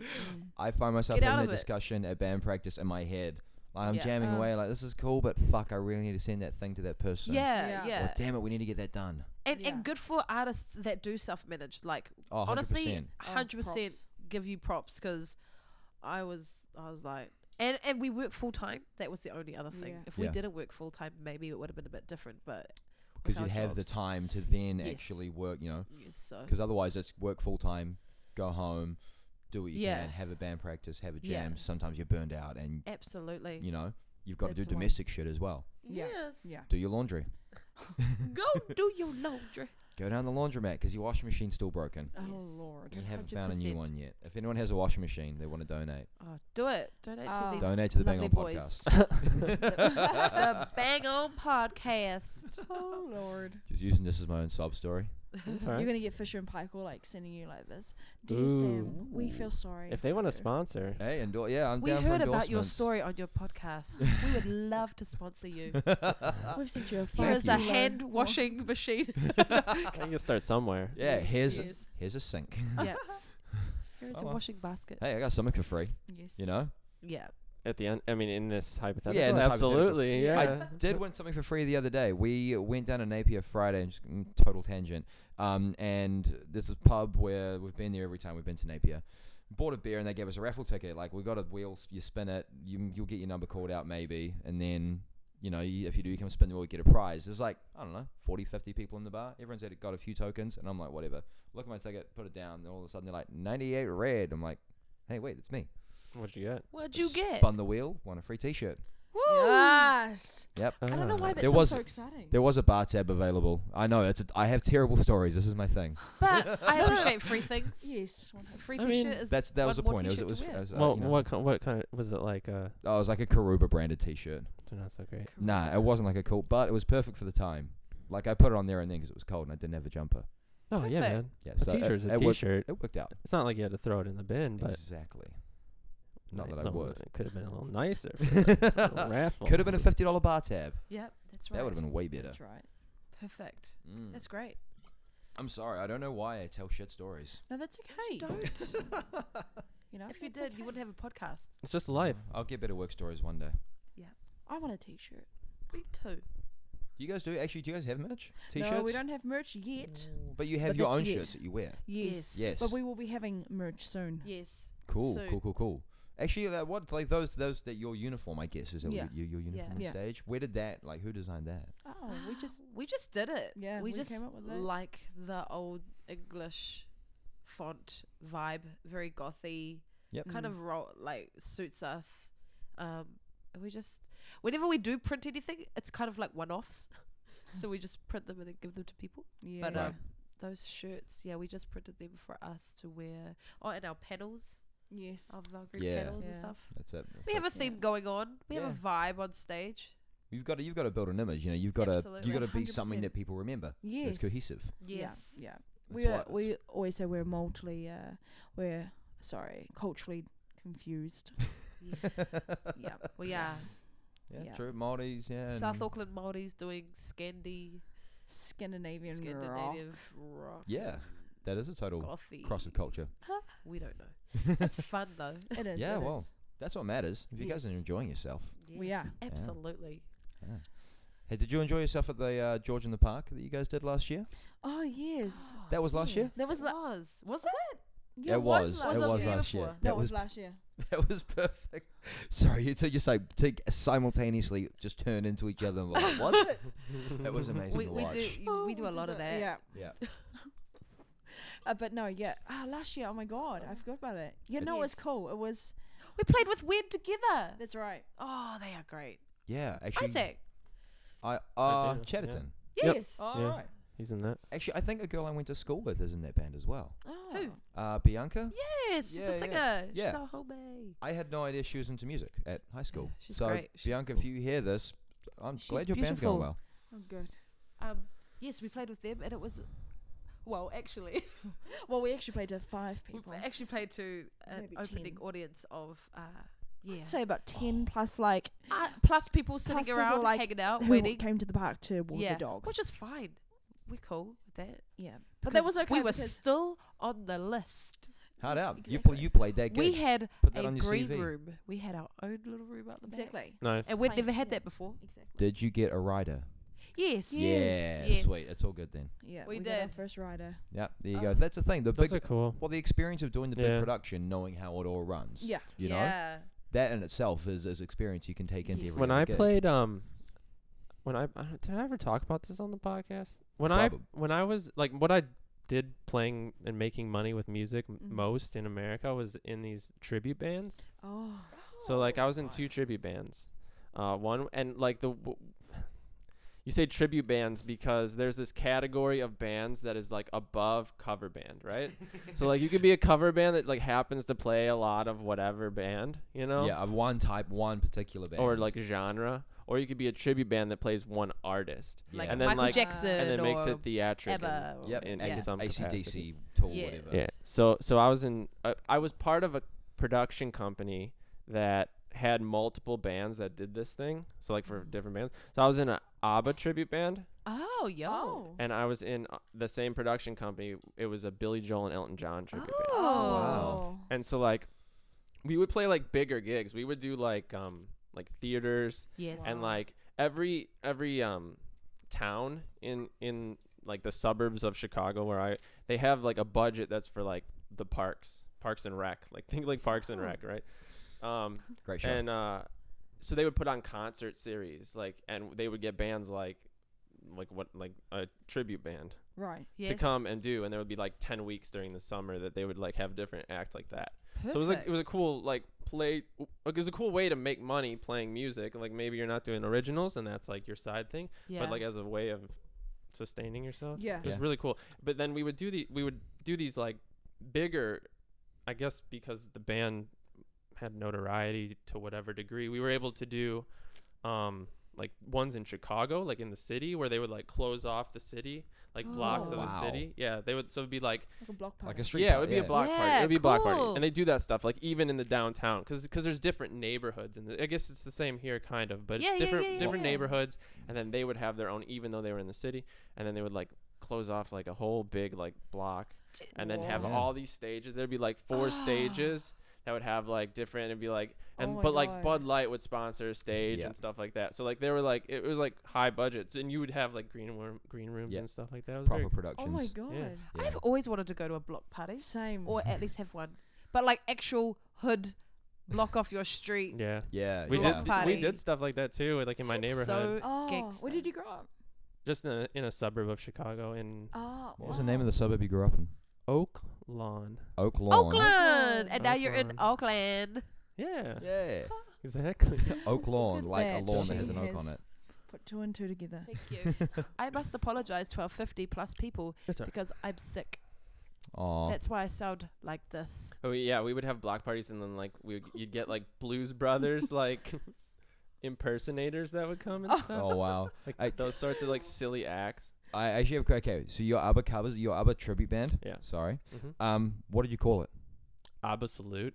I find myself Get out having a of it. discussion at band practice in my head. Like, I'm Yeah. Uh-huh. jamming Um, away, like this is cool, but fuck, I really need to send that thing to that person. yeah Yeah. Or, yeah, damn it, we need to get that done. And, Yeah. and good for artists that do self-manage like Oh, 100 honestly percent. Oh, 100% props. give you Um, props because i was i was like and and we work full-time that was the only other thing Yeah. if we Yeah. didn't work full-time maybe it would have been a bit different but Because you'd without have the jobs, time to then Yes. actually work, you know. yes, so Because otherwise, it's work full time, go home, do what you Yeah. can, have a band practice, have a Yeah. jam. Sometimes you're burned out, and absolutely you know you've got to do That's the one. domestic shit as well. Yeah. yes Yeah. Do your laundry. go *laughs* do your laundry Go down the laundromat because your washing machine's still broken. Oh, Oh Yes. lord. You haven't found a new 100%. one yet. If anyone has a washing machine, they want to donate. oh do it donate Oh. to these donate to the Bang On lovely boys. *laughs* podcast. the bang on podcast Oh lord. *laughs* Just using this as my own sob story. You're gonna get Fisher and Paykel like sending you like this. Dear Sam, we feel sorry. if they for want you." to *laughs* sponsor Hey, and uh, yeah, I'm we down heard for about your endorsements. story on your podcast we *laughs* would love to sponsor you We've sent you a Here Thank is a you. hand washing *laughs* machine. i guess start somewhere Yeah, Yes, here's yes. here's a sink. yeah. Here is Oh, a well. washing basket. hey, I got something for free. Yes. You know, Yeah. at the end. I mean, in this hypothetical, in this hypothetical. absolutely, yeah. I did win something for free the other day. We went down to Napier Friday, and just, mm, total tangent. Um, and this is a pub where we've been there every time we've been to Napier. Bought a beer and they gave us a raffle ticket. Like we got a wheel, you spin it, you, you'll get your number called out maybe, and then you know you, if you do come spin the wheel, you get a prize. There's like I don't know, 40, 50 people in the bar. Everyone's had got a few tokens, and I'm like whatever. Look at my ticket, put it down, and all of a sudden they're like 98 red. I'm like, hey wait, it's me. *laughs* What'd you get? What'd you get? Spun the wheel, won a free T-shirt. Yes. Yep. I don't know Uh, why that Ah. There sounds was- so exciting. There was a bar tab available. I know it's. A, I have terrible stories. This is my thing. *laughs* But I appreciate free things. Yes. A free I t-shirt mean, is That's that was the one more point. It was. It t-shirt was. to It wear. was, Well, uh, you know, what ki- what kind of was it like? Uh, oh, it was like a Karuba branded T-shirt. they're not so great. Nah, it wasn't like a cool, but it was perfect for the time. Like I put it on there and then because it was cold and I didn't have a jumper. Oh yeah, Perfect. man. Yeah, A so uh, it- t-shirt's a it worked- t-shirt. It worked out It's not like you had to throw it in the bin, but exactly. Not Right, that I no, would. It could have been a *laughs* little nicer. raffle. Could have been a fifty dollar bar tab. Yep, that's right. That would have been way better. That's right. perfect. Mm. That's great. I'm sorry, I don't know why I tell shit stories. No, that's okay. Don't. You know, if you that's did, okay. you wouldn't have a podcast. It's just life. I'll get better work stories one day. I want a T-shirt. Me too. Do you guys do actually? Do you guys have merch? T-shirts? No, we don't have merch Mm. yet. But you have But your that's own it. shirts that you wear. Yes. Yes. But we will be having merch soon. Yes. Cool, So- cool, cool, cool. Actually, that what like those those that your uniform, I guess, is that Yeah. what your, your uniform on Yeah. stage? Where did that like who designed that? Oh, *gasps* we just we just did it. Yeah, we, we just came up with that. like the old English font vibe, very gothy. Yep. kind of ro- like suits us. Um, and we just whenever we do print anything, it's kind of like one-offs. *laughs* so we just print them and then give them to people. yeah. But Right. um, those shirts, yeah, we just printed them for us to wear. Oh, and our panels, yes. our Valkyrie Yeah. panels and Yeah. stuff. That's it. We have a theme going on. We have Yeah. a vibe on stage. You've got to you've got to build an image, you know, you've got to Absolutely. you got to be something 100%. that people remember. Yes. That's cohesive. Yes. Yeah. yeah. That's We why- are, that's- we always say we're multi uh we're sorry, culturally *laughs* confused. yes. yeah. We *laughs* are. yeah, yeah. true. Maldives, yeah. South and- Auckland Maoris doing Scandi, Scandinavian, Scandinavian Scandinavian rock. Yeah. That is a total Gothy. cross of culture. *laughs* We don't *laughs* know. it's fun though. It is. Yeah, it well, is. That's what matters. If you guys are Yes. enjoying yourself. We Yes, are. Absolutely. Hey, did you enjoy yourself at the uh, George in the Park that you guys did last year? Oh yes. *gasps* That was last year? There was was it la- was. Was it? Yeah, it was. last it year. was year last year. before. That was last year. *laughs* That was perfect. Sorry, you two just like t- simultaneously just turn into each other. And we're like, was it? That was amazing We, to we watch. do you- Oh, Oh, we do a lot of that. Yeah. Yeah, Uh, but no, yeah. Ah, last year. Oh my god, I forgot about it. Yeah, no, it was Yes. cool. It was. We played with Weird together. That's right. Oh, they are great. yeah. Actually, *clears throat* Isaac. I uh, do, yeah. Chatterton. Yep. Yes. All right. Yeah. He's in that. Actually, I think a girl I went to school with is in that band as well. Oh. Who? Uh, Bianca. Yes, she's Yeah, a yeah. singer. Yeah. She's a homemade. I had no idea she was into music at high school. she's so great. She's Bianca, if you hear this, I'm She's glad your band's going beautiful. well. Oh, good. Um yes, we played with them and it was well, actually, *laughs* Oh. Well, we actually played to five we people. actually played to an Maybe 10. opening audience of uh yeah. Say about ten plus, like uh, plus people sitting people, around like, hanging out, who waiting. came to the park to walk yeah, the dog. which is fine. We're cool with that. Yeah, But that Because was okay. We were because- still on the list. Hard Yes, out. You pl- exactly. you played that We gig. had Put that a on your green CV. room. We had our own little room out the back. exactly. Nice. And we'd Playing, never had yeah. that before. Exactly. Did you get a rider? Yes. yeah, yes. sweet. It's all good then. Yeah, We we, did. Got our did. first rider. Yeah, there you Oh. go. That's the thing. The Those big are cool. Well, the experience of doing the Yeah. big production, knowing how it all runs. Yeah. You know? yeah. That in itself is, is experience you can take into Yes. every When other I gig. played, um, when I, I don't- did I ever talk about this on the podcast? When Probab- I when I was like what I did playing and making money with music m Mhm. Mm-hmm. most in America was in these tribute bands. Oh, So like I was in two tribute bands. Uh, one and like the w- you say tribute bands because there's this category of bands that is like above cover band, *laughs* right? so like you could be a cover band that like happens to play a lot of whatever band, you know? Yeah, of one type, one particular band. Or like genre, or you could be a tribute band that plays one artist Like and then Michael like Jackson and then or makes it theatric. Ebba. yep, in- ac- in some capacity. ACDC tour, Yeah. whatever. Yeah. So so I was in uh, I was part of a production company that had multiple bands that did this thing. So like for different bands. So I was in a ABBA tribute band Oh, yo. Oh. and I was in uh, the same production company. It was a Billy Joel and Elton John tribute band. Oh. Wow. And so like we would play like bigger gigs. We would do like um like theaters Yes. and like every every um town in in like the suburbs of Chicago where I they have like a budget that's for like the parks, Parks and Rec, like *laughs* think like Parks and Rec, right? Um Great show. and uh, so they would put on concert series, like, and they would get bands like, like what, like a tribute band Right. yes. to come and do, and there would be like ten weeks during the summer that they would like have different act like that. So it was like it was a cool like play, like it was a cool way to make money playing music. Like maybe you're not doing originals, and that's like your side thing, yeah. but like as a way of sustaining yourself. Yeah. It was Yeah. really cool. But then we would do the we would do these like bigger I guess because the band had notoriety to whatever degree, we were able to do um like ones in Chicago, like in the city where they would like close off the city, like blocks Oh. of Wow. the city. Yeah, they would so it'd be like Like a block party. like a street. yeah, party, it would be a block party. Yeah, It would be a block party. cool. And they do that stuff like even in the downtown cuz there's different neighborhoods and I guess it's the same here kind of, but Yeah, yeah, it's different yeah, yeah, different yeah. neighborhoods and then they would have their own even though they were in the city and then they would like close off like a whole big like block and then have Wow. all these stages. There'd be like *gasps* four stages that would have like different and be like Oh and my but like God. Bud Light would sponsor a stage Yeah. and stuff like that. So like they were like it was like high budgets and you would have like green room green rooms Yeah. and stuff like that. It was very proper Oh productions. my god. Yeah. I've always wanted to go to a block party, Same. or at least have one, but like actual hood, block off your street. yeah. yeah, We Uh, yeah. did party. we did stuff like that too, like in *laughs* my That's neighborhood, So oh, gangster. where did you grow up? just in a, in a suburb of Chicago in Oh, What was the name of the suburb you grew up in? Oak Lawn. Oak Lawn. Oh. Oakland, and now you're in Auckland. Yeah, Yeah. exactly. Oak Lawn, at like a that. lawn that has an She oak on has- it. Put two and two together. Thank you. *laughs* I must apologize to our 50 plus people That's all right. because I'm sick. Oh, That's why I sound like this. Oh yeah, we would have block parties, and then like we would, you'd get like Blues *laughs* Brothers like impersonators that would come and stuff, oh wow. like I- those sorts of like silly acts. I actually have okay. So your ABBA covers, your ABBA tribute band. Yeah. Sorry. Mm-hmm. Um, what did you call it? Abba salute.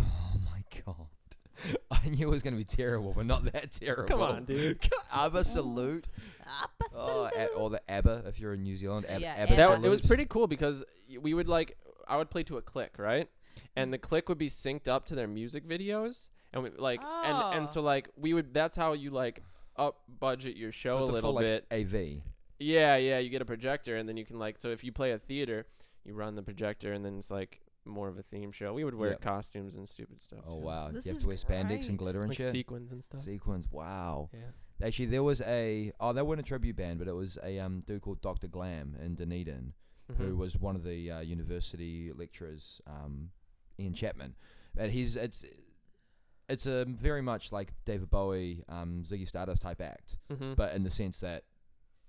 Oh my god. *laughs* I knew it was gonna be terrible, but not that terrible. Come on, dude. *laughs* ABBA salute. Oh, a- or the ABBA if you're in New Zealand. Ab- Yeah, ABBA Abba. That salute. w- it was pretty cool because y- we would like I would play to a click, right? And the click would be synced up to their music videos, and we, like and Oh. and so like we would. That's how you like up budget your show So a it's a little full, bit. like, AV. Yeah, yeah. You get a projector, and then you can like. So if you play a theater, you run the projector, and then it's like more of a theme show. We would wear Yep. costumes and stupid stuff. Oh too. wow. This you have is to wear spandex great. and glitter and like shit. sequins and stuff. Sequins. Wow. yeah. Actually, there was a oh, they weren't a tribute band, but it was a um dude called Doctor Glam in Dunedin. who Mhm. was one of the uh, university lecturers, um, Ian Chapman, and he's it's it's a very much like David Bowie, um, Ziggy Stardust type act, Mhm. but in the sense that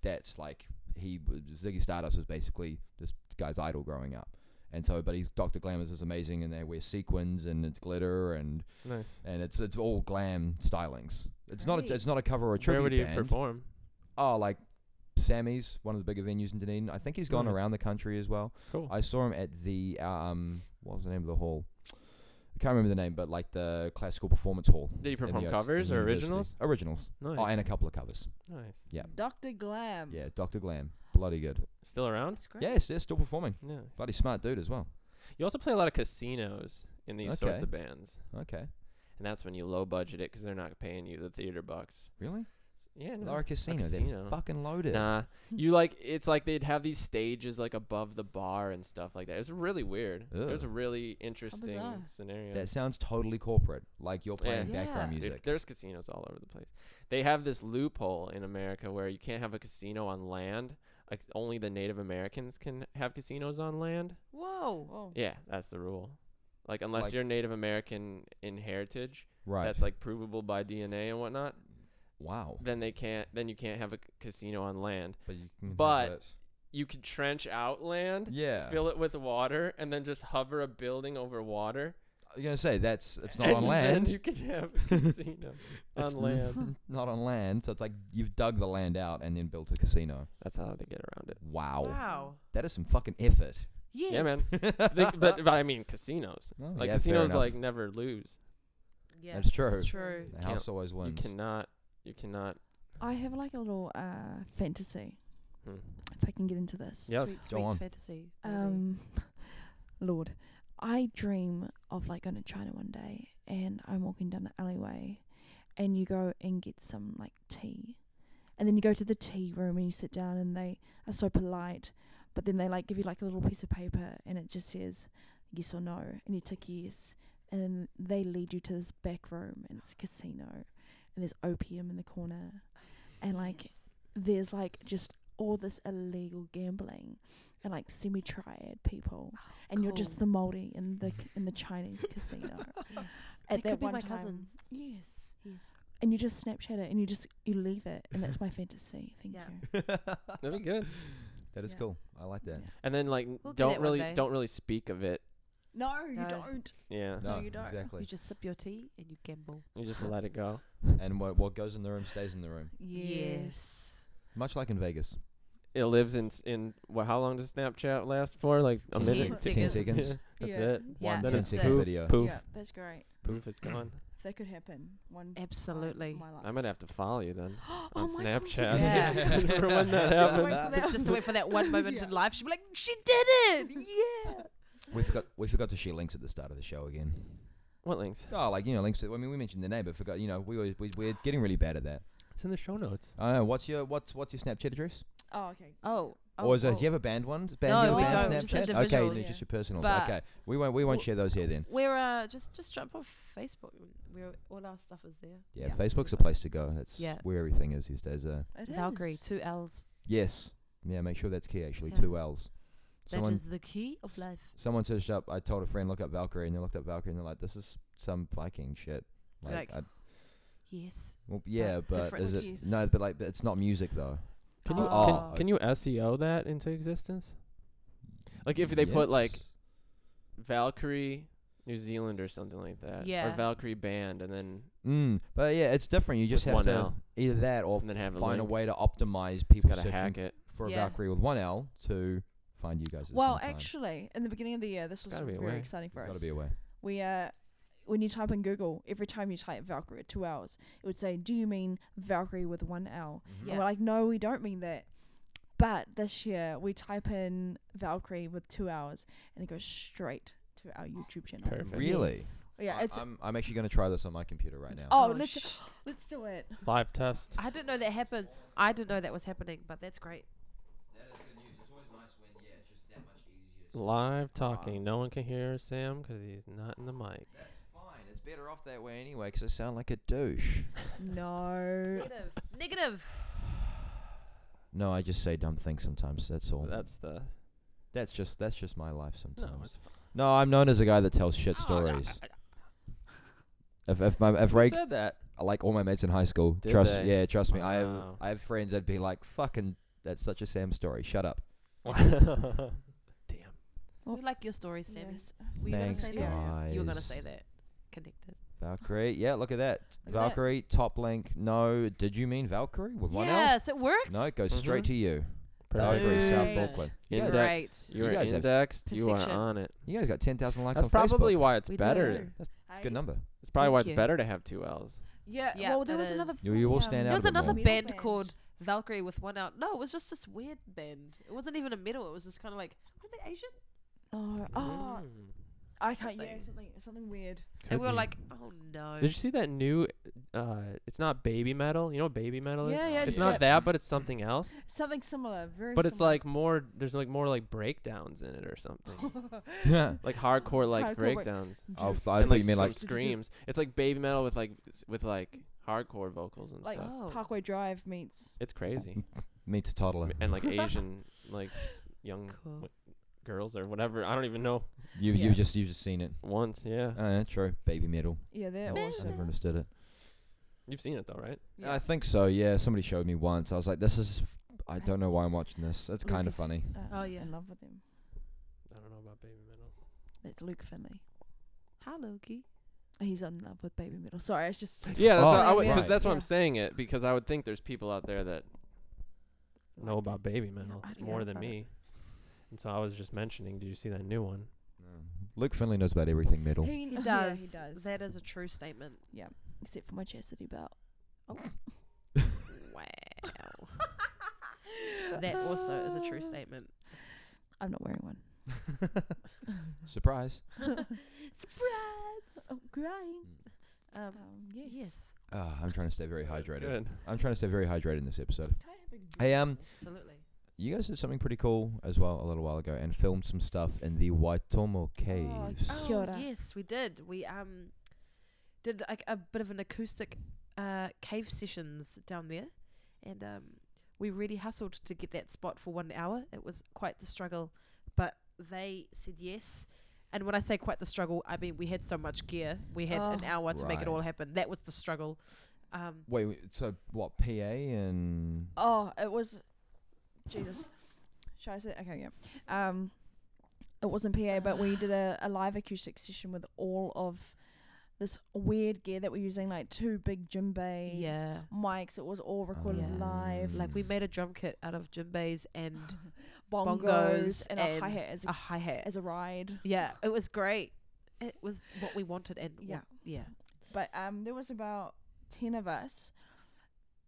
that's like he w- Ziggy Stardust was basically this guy's idol growing up, and so but he's Doctor Glam is amazing, and they wear sequins and it's glitter and nice. and it's it's all glam stylings. It's not Great. a, it's not a cover or a tribute Where would you band perform? oh, like Sammy's, one of the bigger venues in Dunedin. I think he's gone Nice. around the country as well. Cool. I saw him at the um, what was the name of the hall? I can't remember the name, but like the classical performance hall. Did you in the perform Oaks- covers in or university. originals? Originals. Nice. Mm. Oh, and a couple of covers. nice. Dr. Glam. Yeah, Doctor Glam, bloody good. Still around? That's great. Yes, they're still performing. Nice. Bloody smart dude as well. You also play a lot of casinos in these sorts Okay. of bands, Okay, and that's when you low budget it because they're not paying you the theater bucks. really? Yeah, no. Lara Casino, casino. they're fucking loaded. *laughs* Nah, you like it's like they'd have these stages like above the bar and stuff like that. It was really weird. It was a Ugh. really interesting bizarre. scenario. That sounds totally corporate. Like you're playing Yeah. background Dude, music. there's casinos all over the place. They have this loophole in America where you can't have a casino on land. Like only the Native Americans can have casinos on land. Whoa. Whoa. Yeah, that's the rule. Like unless Like- you're Native American in heritage, right. that's like provable by DNA and whatnot, wow. then they can't. Then you can't have a c- casino on land. But you can. have but- that- You could trench out land, Yeah. fill it with water, and then just hover a building over water. I was gonna say that's it's not on and land. Then you can have a *laughs* casino on It's land. *laughs* not on land. So it's like you've dug the land out and then built a casino. That's how they get around it. Wow. Wow. That is some fucking effort. Yes. Yeah, man. *laughs* *laughs* They- but, but I mean casinos. No, Like Oh, yeah, fair casinos, enough. like never lose. Yeah, *laughs* That's true. That's true. the can't- house always You wins. cannot. You cannot. I have like a little uh, fantasy. Hmm. If I can get into this. Yes. Sweet, Go sweet on. fantasy. maybe. Um, *laughs* Lord, I dream of like going to China one day and I'm walking down the alleyway and you go and get some like tea. And then you go to the tea room and you sit down and they are so polite, but then they like give you like a little piece of paper and it just says yes or no and you tick yes and then they lead you to this back room and it's a casino and there's opium in the corner and like Yes. there's like just all this illegal gambling and like semi-triad people and you're just Cool. the Maori in *laughs* the in the Chinese casino. *laughs* Yes. At that They could be one my time. cousins. Yes. Yes. And you just Snapchat it and you just you leave it and *laughs* that's my fantasy. Thank Yeah. you. that That'd be *laughs* good. is Yeah. cool. I like that. Yeah. And then like We'll do that don't one really day. don't really speak of it. No, you No. don't. Yeah. No, No, you don't. exactly. You just sip your tea and you gamble. You just let it go. And what what goes in the room stays in the room. Yes. Much like in Vegas. It lives in s- in well, how long does Snapchat last for? Like a Ten minute. sec- Yeah, Ten seconds. That's Yeah. it. Yeah, One Then ten it's that's it. second poof, video. poof, Yeah, that's great. poof. It's gone. If that could happen one time Absolutely. in *gasps* my life. I might have to follow you then oh on my Snapchat. *laughs* God. Yeah. For when that Just happens. wait for that. Just to wait for that *laughs* one moment Yeah. in life, she'd be like, "She did it! Yeah." We forgot we forgot to share links at the start of the show again. What links? Oh, like you know, links. To, I mean, we mentioned the name, but forgot. You know, we always, we we're getting really bad at that. It's in the show notes. I know. What's your what's what's your Snapchat address? oh, okay. *laughs* Oh. oh or is it, oh. do you have a banned one? Banned No, your we banned don't, just Snapchat? okay, individuals. it's just your personal. But- okay, we won't we won't Well- share those here then. We're uh, just just jump off Facebook. We're all our stuff is there. Yeah, Yeah. Facebook's a place to go. That's Yeah. where everything is these days. Uh, It Valkyrie, is. two L's. yes, yeah. Make sure that's key. Actually, Yeah. two L's. Someone that is the key of s- life. someone searched up. I told a friend look up Valkyrie, and they looked up Valkyrie, and they're like, "This is some Viking shit." Like, I- Yes. well, yeah, but different is it use. no? But like, but it's not music though. Can you Oh. can, can you SEO that into existence? Like if they put like Yes. Valkyrie New Zealand or something like that. Or Yeah. Valkyrie band and then Mm, but yeah, it's different. You just With one have to L. either that or And then have a find a, link. way to optimize it's people gotta searching hack it. for Yeah. a Valkyrie with one L to find you guys. At the Well, same time. actually, in the beginning of the year, this was gotta be a very way. exciting for There's gotta us. be a way. We uh, when you type in Google, every time you type Valkyrie at two hours, it would say, "Do you mean Valkyrie with one L?" And Yeah. we're like, no, we don't mean that. But this year, we type in Valkyrie with two hours, and it goes straight to our YouTube channel. Perfect. Really? Yes. Yeah, I- it's I'm, I'm actually gonna try this on my computer right now. Oh, let's- sh- let's do it. *laughs* Live test. I didn't know that happened. I didn't know that was happening, but that's great. Live talking. No one can hear Sam because he's not in the mic. Fine, it's better off that way anyway, 'cause I sound like a douche. No, Negative. Negative. No, I just say dumb things sometimes. That's all. That's the that's just that's just my life no. sometimes. It's *laughs* Oh, fine. No, I'm known as a guy that tells *laughs* shit stories. If if my if Ray said that. like all my mates in high school, Did trust they? yeah, trust me. I have Wow. I have friends that'd be like, "Fucking, that's such a Sam story. Shut up." We like your stories, Sam. Yes. Were you Thanks, gonna say that? You were gonna guys. say that. Connected. Valkyrie, yeah, look at that. Look at that. Valkyrie, top link. No, did you mean Valkyrie with one L? yes, it worked. No, it goes straight Mhm. to you. Perfect. Valkyrie, South Perfect. Auckland. You guys, Indexed. Great. You, You are guys have indexed. You are perfection. on it. you guys got 10,000 likes That's on Facebook. probably why it's We better. do. It's a good number. It's probably why Thank it's you. better to have two L's. Yeah, Yeah, well, there that was another. is. You- you will fucking, stand There out um, was a bit another more. band, metal called Valkyrie with one out. No, it was just this weird band. It wasn't even a metal. It was just kind of like were they Asian? No, oh, Mm. I can't. Yeah, Something. something, something weird. Could and we were be. like, oh no. Did you see that new? Uh, it's not baby metal. You know what baby metal is? Yeah, yeah, It's yeah. not that, but it's something else. Something similar, very. But it's similar. like more. There's like more like breakdowns in it or *laughs* something. *laughs* Yeah. Oh, Like hardcore like Hardcore break- breakdowns. I, th- I and thought like you meant some like. screams. It's like baby metal with like s- with like hardcore vocals and like stuff. Oh. Parkway Drive meets. It's *laughs* crazy. Meets a toddler. M- and *laughs* *laughs* like Asian like young Cool. w- girls or whatever. I don't even know. You've, Yeah. you've just you've just seen it. Once, yeah. Oh, yeah, true. Baby metal. Yeah, they're Oh, I've awesome. never understood it. You've seen it though, right? Yeah. I think so. Yeah, somebody showed me once. I was like, "This is." f- I don't know why I'm watching this. It's Look, kind of it's- funny. Um, Oh, yeah. in love with him. I don't know about baby metal. That's Luke Finley. Hi, Loki. He's in love with baby metal. Sorry, it's just *laughs* Yeah, that's Oh, what I would, Baby cause metal. that's why Yeah. I'm saying it because I would think there's people out there that know Like- about baby metal I don't more know than about it. me. And so I was just mentioning, did you see that new one? Luke Finley knows about everything metal. He, He yeah, does. he does. That is a true *laughs* statement. Except for my chastity belt. Wow. *laughs* that also is a true statement. I'm not wearing one. *laughs* *laughs* Surprise. Surprise! I'm crying. Oh, Um, Um, yes. yes. Oh, I'm trying to stay very hydrated. Good. I'm trying to stay very hydrated in this episode. Can I have a Hey, um, Absolutely. you guys did something pretty cool as well a little while ago and filmed some stuff in the Waitomo Caves. Oh, Kia ora. yes, we did. We um did like a bit of an acoustic uh cave sessions down there, and um we really hustled to get that spot for one hour. It was quite the struggle, but they said yes. And when I say quite the struggle, I mean we had so much gear. We had an Oh. hour to make it Right. all happen. That was the struggle. Um, Wait, wait, so what? PA and Oh, it was Jesus. Should I say okay, yeah. Um it wasn't PA, but we did a, a live acoustic session with all of this weird gear that we're using, like two big djembes, yeah, mics. It was all recorded Oh, Yeah. live, Mm. like like we made a drum kit out of djembes and bongos, Bongos and, and a hi hat as a Oh, a, hi hat. as a ride. Yeah, it was great. It was what we wanted and yeah, Yeah. yeah. But um, there was about ten of us,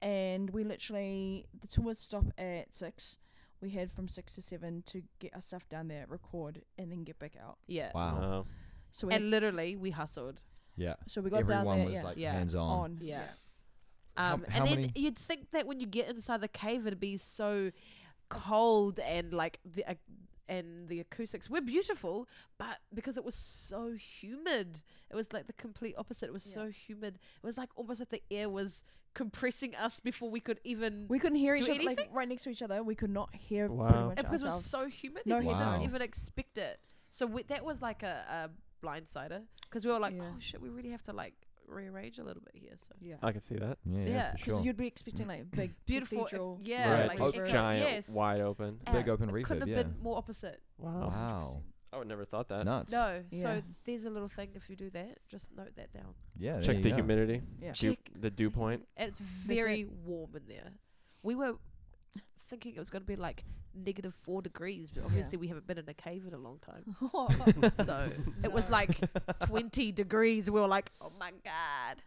and we literally the tours stop at six. We had from six to seven to get our stuff down there, record, and then get back out. Yeah. wow, Wow. So we And literally, we hustled. yeah, so we got everyone down there. was yeah. like Yeah. hands on. on. Yeah. How- Um, how and then many- you'd think that when you get inside the cave, it'd be so cold and like the ac and the acoustics were beautiful, but because it was so humid, it was like the complete opposite. It was Yeah. so humid. It was like almost like the air was compressing us before we could even. We couldn't hear Do each other, like anything? right next to each other. We could not hear pretty Wow. much and because it was ourselves. so humid, No you didn't headphones. even expect it. So we, that was like a, a blindsider because we were like, Yeah. oh shit, we really have to like rearrange a little bit here. So yeah, *laughs* I can see that. Yeah, yeah, Yeah. for 'Cause sure. you'd be expecting like big beautiful, uh, cathedral yeah, right. like Oh, echo- giant, yes. wide open. Big Uh, open it Couldn't reverb, have yeah. been more opposite. Wow. Wow, 100%. I would never thought that. nuts. No. Yeah. *laughs* So *laughs* there's a little thing if you do that, just note that down. Yeah, there Check you the go. humidity. Yeah. Dew- Check. the dew point. And it's it. very warm in there. We were thinking it was going to be like negative four degrees, but Yeah. obviously we haven't been in a cave in a *laughs* long time. Oh, So it was No. like 20 degrees. We were like, oh my God.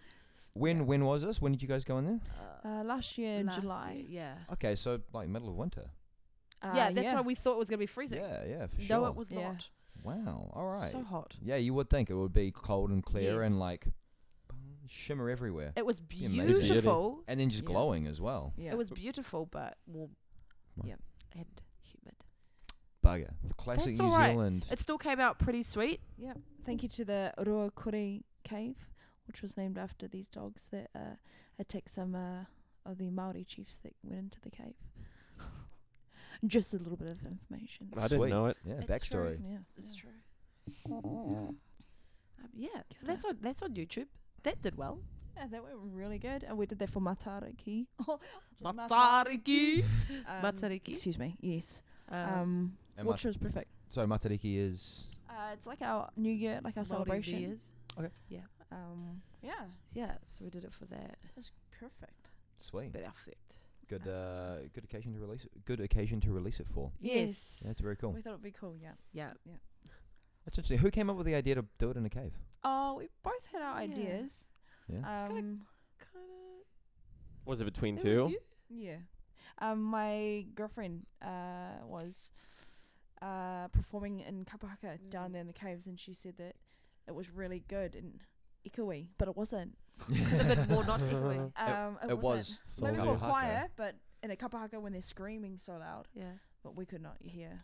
When when was this? When did you guys go in there? Uh, uh, last year in last July. year, yeah. Okay, so like middle of winter. Uh, yeah, that's why we thought it was going to be freezing. Yeah, yeah, for sure. No, it was Yeah. not. Wow. All right. So hot. yeah, you would think it would be cold and clear and Yes. like shimmer everywhere, It was Be amazing. Beauty. beautiful. and then just Yeah. glowing as well. Yeah. It was beautiful, but warm. Right. Yeah. And humid. Bugger. Classic That's New all right. Zealand. It still came out pretty sweet. Thank you to the Ruakuri Cave, which was named after these dogs that uh, attacked some uh, of the Maori chiefs that went into the cave. *laughs* Just a little bit of information. I didn't Sweet. know it. Yeah, It's true. backstory. Yeah, That's yeah. true. Um, yeah, so that's on that's on YouTube. That did well. Yeah, that went really good, and we did that for Matariki. *laughs* Matariki, Um, Matariki. Excuse me. Yes. Um, Um, And which was perfect. So Matariki is Uh, it's like our New Year, like our Maori celebration. New Year's. Um, yeah, Yeah, so we did it for that. it's perfect. sweet. Perfect. Good uh good occasion to release it. good occasion to release it for. Yes. Yeah, that's very cool. We thought it'd be cool. Yeah. Yeah. That's interesting. Who came up with the idea to do it in a cave? Oh, we both had our Yeah. ideas. Yeah. *laughs* It's kinda- Um, Kind Was it between of. two? yeah. Um, my girlfriend uh, was uh, performing in Kapahaka down there in the caves, and she said that it was really good and echoey, but it wasn't. *laughs* a bit more not echoey. Um, uh, it, it wasn't. was Maybe Kapahaka. for choir, but in a Kapahaka when they're screaming so loud, Yeah. but we could not hear.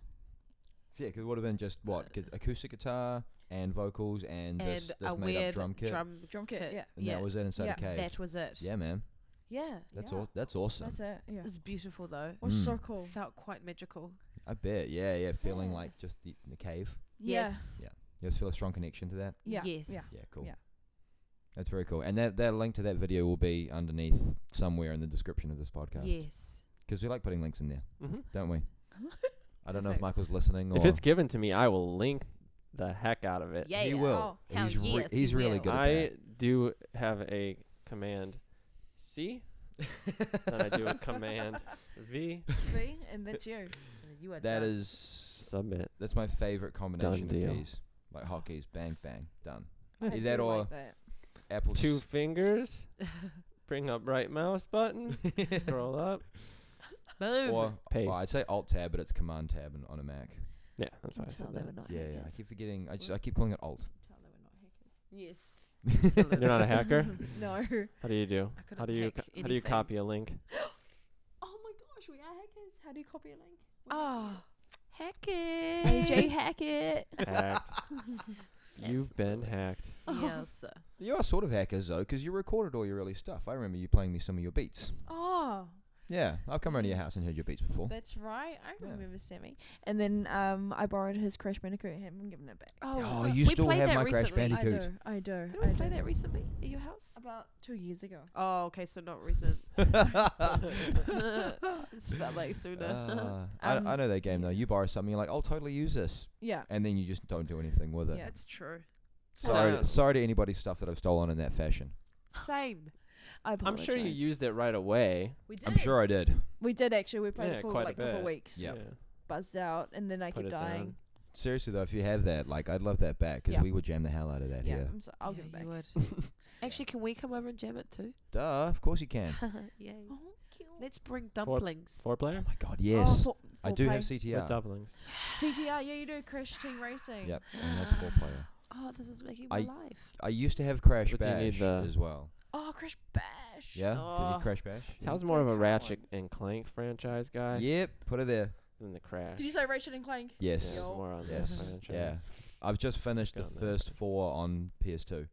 So yeah, 'cause it would have been just Uh, what gu- acoustic guitar and vocals and, And this, a this made up weird drum kit. Drum kit, yeah. and that was it inside Yeah. a cave. That was it. yeah, man. Yeah. That's Yeah. all. That's awesome. That's it. Yeah. It was beautiful though. It was so Mm. cool. Felt quite magical. I bet. Yeah, yeah. Feeling Yeah. like just the, the cave. Yeah. Yes. Yeah. You guys feel a strong connection to that. Yeah. Yes. Yeah. Yeah, cool. Yeah. That's very cool. And that that link to that video will be underneath somewhere in the description of this podcast. Yes. Because we like putting links in there, Mhm. don't *laughs* we? I don't know if Perfect. Michael's listening or If it's given to me, I will link the heck out of it. Yeah. he will. Oh, hell he's re- yes, he's he really will. good. I do have a command C, at that. and I do a command V. See? And that's you. You are That done. is *laughs* Submit. that's my favorite combination of deal. keys, like hotkeys. Bang bang, done. I Either that do or- like that. Apple Two s- fingers. *laughs* Bring up right mouse button. *laughs* scroll up. *laughs* Boom. or oh, Paste. I'd say Alt Tab, but it's Command Tab on, on a Mac. Yeah, that's why I tell said they that. were not Yeah, yeah. I hackers. keep forgetting. I just I keep calling it alt. Tell they were not hackers. *laughs* Yes. You're not a *laughs* hacker. No. How do you do? I couldn't How do you hack co- how do you anything. copy a link? Oh my gosh, we are hackers. How do you copy a link? Oh, hacking. AJ Hackett. *laughs* Hacked. You've been hacked. *laughs* *laughs* Yes. You are sort of hackers though, 'cause you recorded all your early stuff. I remember you playing me some of your beats. Oh, Yeah, I've come around to your house and heard your beats before. That's right. I Yeah. remember Sammy. And then um, I borrowed his Crash Bandicoot and haven't given it back. Oh, you still have my Crash I do. Bandicoot. Oh, I do. Did I we play do. that recently at your house? About two years ago. Oh, okay, so not *laughs* recent. *laughs* it's about like sooner. Ah, *laughs* I, Um, I know that game though. You borrow something, you're like, I'll totally use this, Yeah. and then you just don't do anything with it. Yeah. That's true. Sorry, Hello. sorry to anybody's stuff that I've stolen in that fashion. Same. I I'm sure you apologize. used it right away. We did. I'm sure I did. We did actually. We played Yeah, it for quite a like a couple bit. weeks. Yeah. Buzzed out, and then I Put kept it dying. down. Seriously though, if you have that, like, I'd love that back 'cause Yeah. we would jam the hell out of that Yeah, here. I'm so, I'll give it Yeah, back. you would. *laughs* Actually, can we come over and jam it too? Duh, of course you can. *laughs* Yay. Oh, cute. Let's bring dumplings. Four *gasps* oh player? my god, yes. Oh, four, I do play. have CTR. With doublings. CTR. Yeah, you do Crash Team Racing. Yep, and that's *gasps* four player. Oh, this is making my I- life. I used to have Crash But you need Bash the- as well. Oh, Crash Bash. Yeah, did Oh. you Crash Bash? Sounds more of a that Ratchet and Clank franchise guy Yep, put it there. than the Crash. Did you say Ratchet and Clank? Yeah, Yes, it's Yo. more on that Yes. franchise. Yeah. I've just finished the Got that. first four on PS2.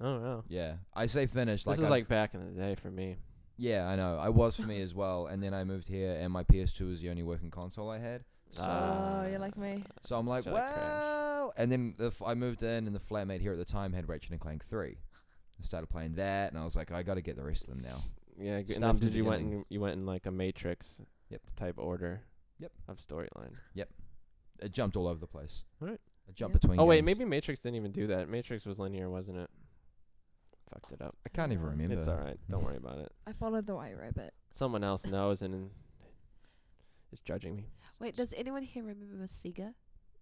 I don't know. Yeah, I say finished. Like this is I've- like back in the day for me. yeah, I know. I was for me as well, and then I moved here, and my PS2 was the only working console I had. So, Ah. Oh, you're like me. so I'm like, so that crashed. wow. And then the f- I moved in, and the flatmate here at the time had Ratchet and Clank three. I started playing that, and I was like, I got to get the rest of them now. Yeah, g- and Stuff then in the did you went beginning. in, you went in like a Matrix Yep. type order. Yep. Of storyline. It jumped all over the place. Alright. I jumped Yeah. between. Oh wait, games. maybe Matrix didn't even do that. Matrix was linear, wasn't it? Fucked it up. I can't even remember. It's all right. Don't worry about it. I followed the White Rabbit. Someone else knows and is judging me. Wait, does anyone here remember Sega?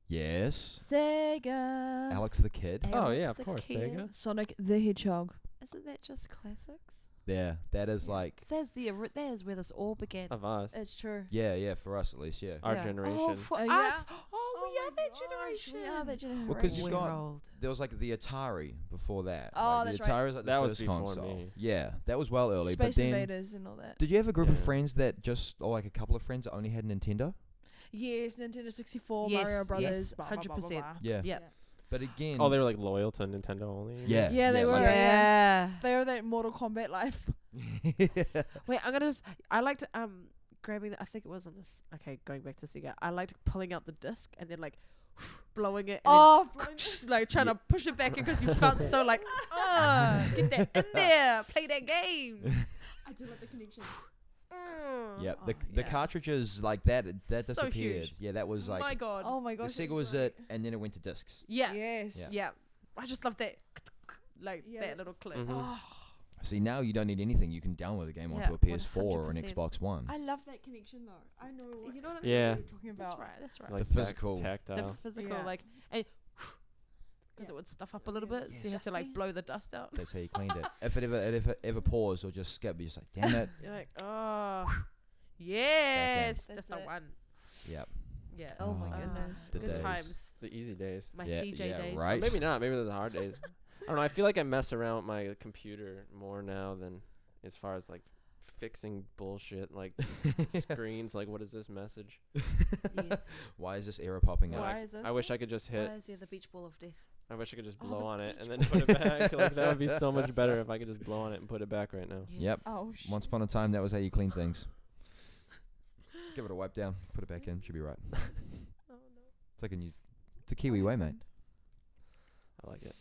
Yes, Sega. Alex the Kid. Oh Alex yeah, of the course, Kid? Sega. Sonic the Hedgehog. Isn't that just classics? Yeah, that is like. There's the ori- there's where this all began. Of us, It's true. Yeah, yeah, for us at least, yeah. our yeah. generation. Oh, for Oh, yeah. us. Oh, Oh we my are that gosh, generation. We are that generation. Well, 'cause you We're got- old. There was like the Atari before that. Oh, like, the that's right. Atari was like the That was first before console. me. Yeah, that was well early. but Space then, Invaders and all that. did you have a group of Yeah. friends that just, or like a couple of friends that only had Nintendo? Yes, Nintendo 64, Yes, Mario yes, Brothers. blah, blah, blah, 100%. blah, blah. Yeah. Yeah. But again, *laughs* Oh, they were like loyal to Nintendo only. yeah, Yeah, they like- were. Yeah. They were that Mortal Kombat life. Wait, I'm gonna. Just, I liked um grabbing. The, I think it was on this. Okay, going back to Sega. I liked pulling out the disc and then like *sighs* blowing it. And Oh, then like trying to push it back in because you felt so *laughs* like, oh, get that in there, play that game. *laughs* I do love the connection. Mm. yeah, the Oh, the yeah. cartridges like that that So disappeared. huge. Yeah, that was like My God. oh my the gosh. Sega that's was right. it, and then it went to discs. yeah. yeah. Yes. I just love that. Like Yeah. that little clip. Mhm. See, now you don't need anything. You can download a game Yeah, onto a PS4 or an 100%. Xbox One. I love that connection though. I know. *laughs* What You know what I mean? Yeah. What you're talking That's about. right. That's right. Like The physical. tactile. the physical, Yeah. like, and *sighs* Yeah. because it would stuff up a little Yeah. bit, so you have to like Dusty. blow the dust out. That's *laughs* how you cleaned it. If it ever if it ever paused or just skipped, you're just like, damn *laughs* it. You're *sighs* like, oh, yes, that's, That's the it. one. Yep. Yeah. Oh my Ah, goodness. The good days. times. The easy days. My Yeah, CJ yeah, days. right. Maybe not. Maybe they're the hard days. I don't know. I feel like I mess around with my computer more now than as far as like fixing bullshit *laughs* like screens. Like, what is this message? *laughs* Yes. Why is this error popping Yeah, up? Why like, is this? I wish I could just hit. Why is there the beach ball of death? I wish I could just Oh, blow the on it beach and then put it back. like that would be so much *laughs* better if I could just blow on it and put it back right now. Yep. Oh, shit. Once upon a time, that was how you clean things. Give it a wipe down, put it back in, should be right. *laughs* Oh, no. Oh, It's like a new, it's a Kiwi way, mate. I like it.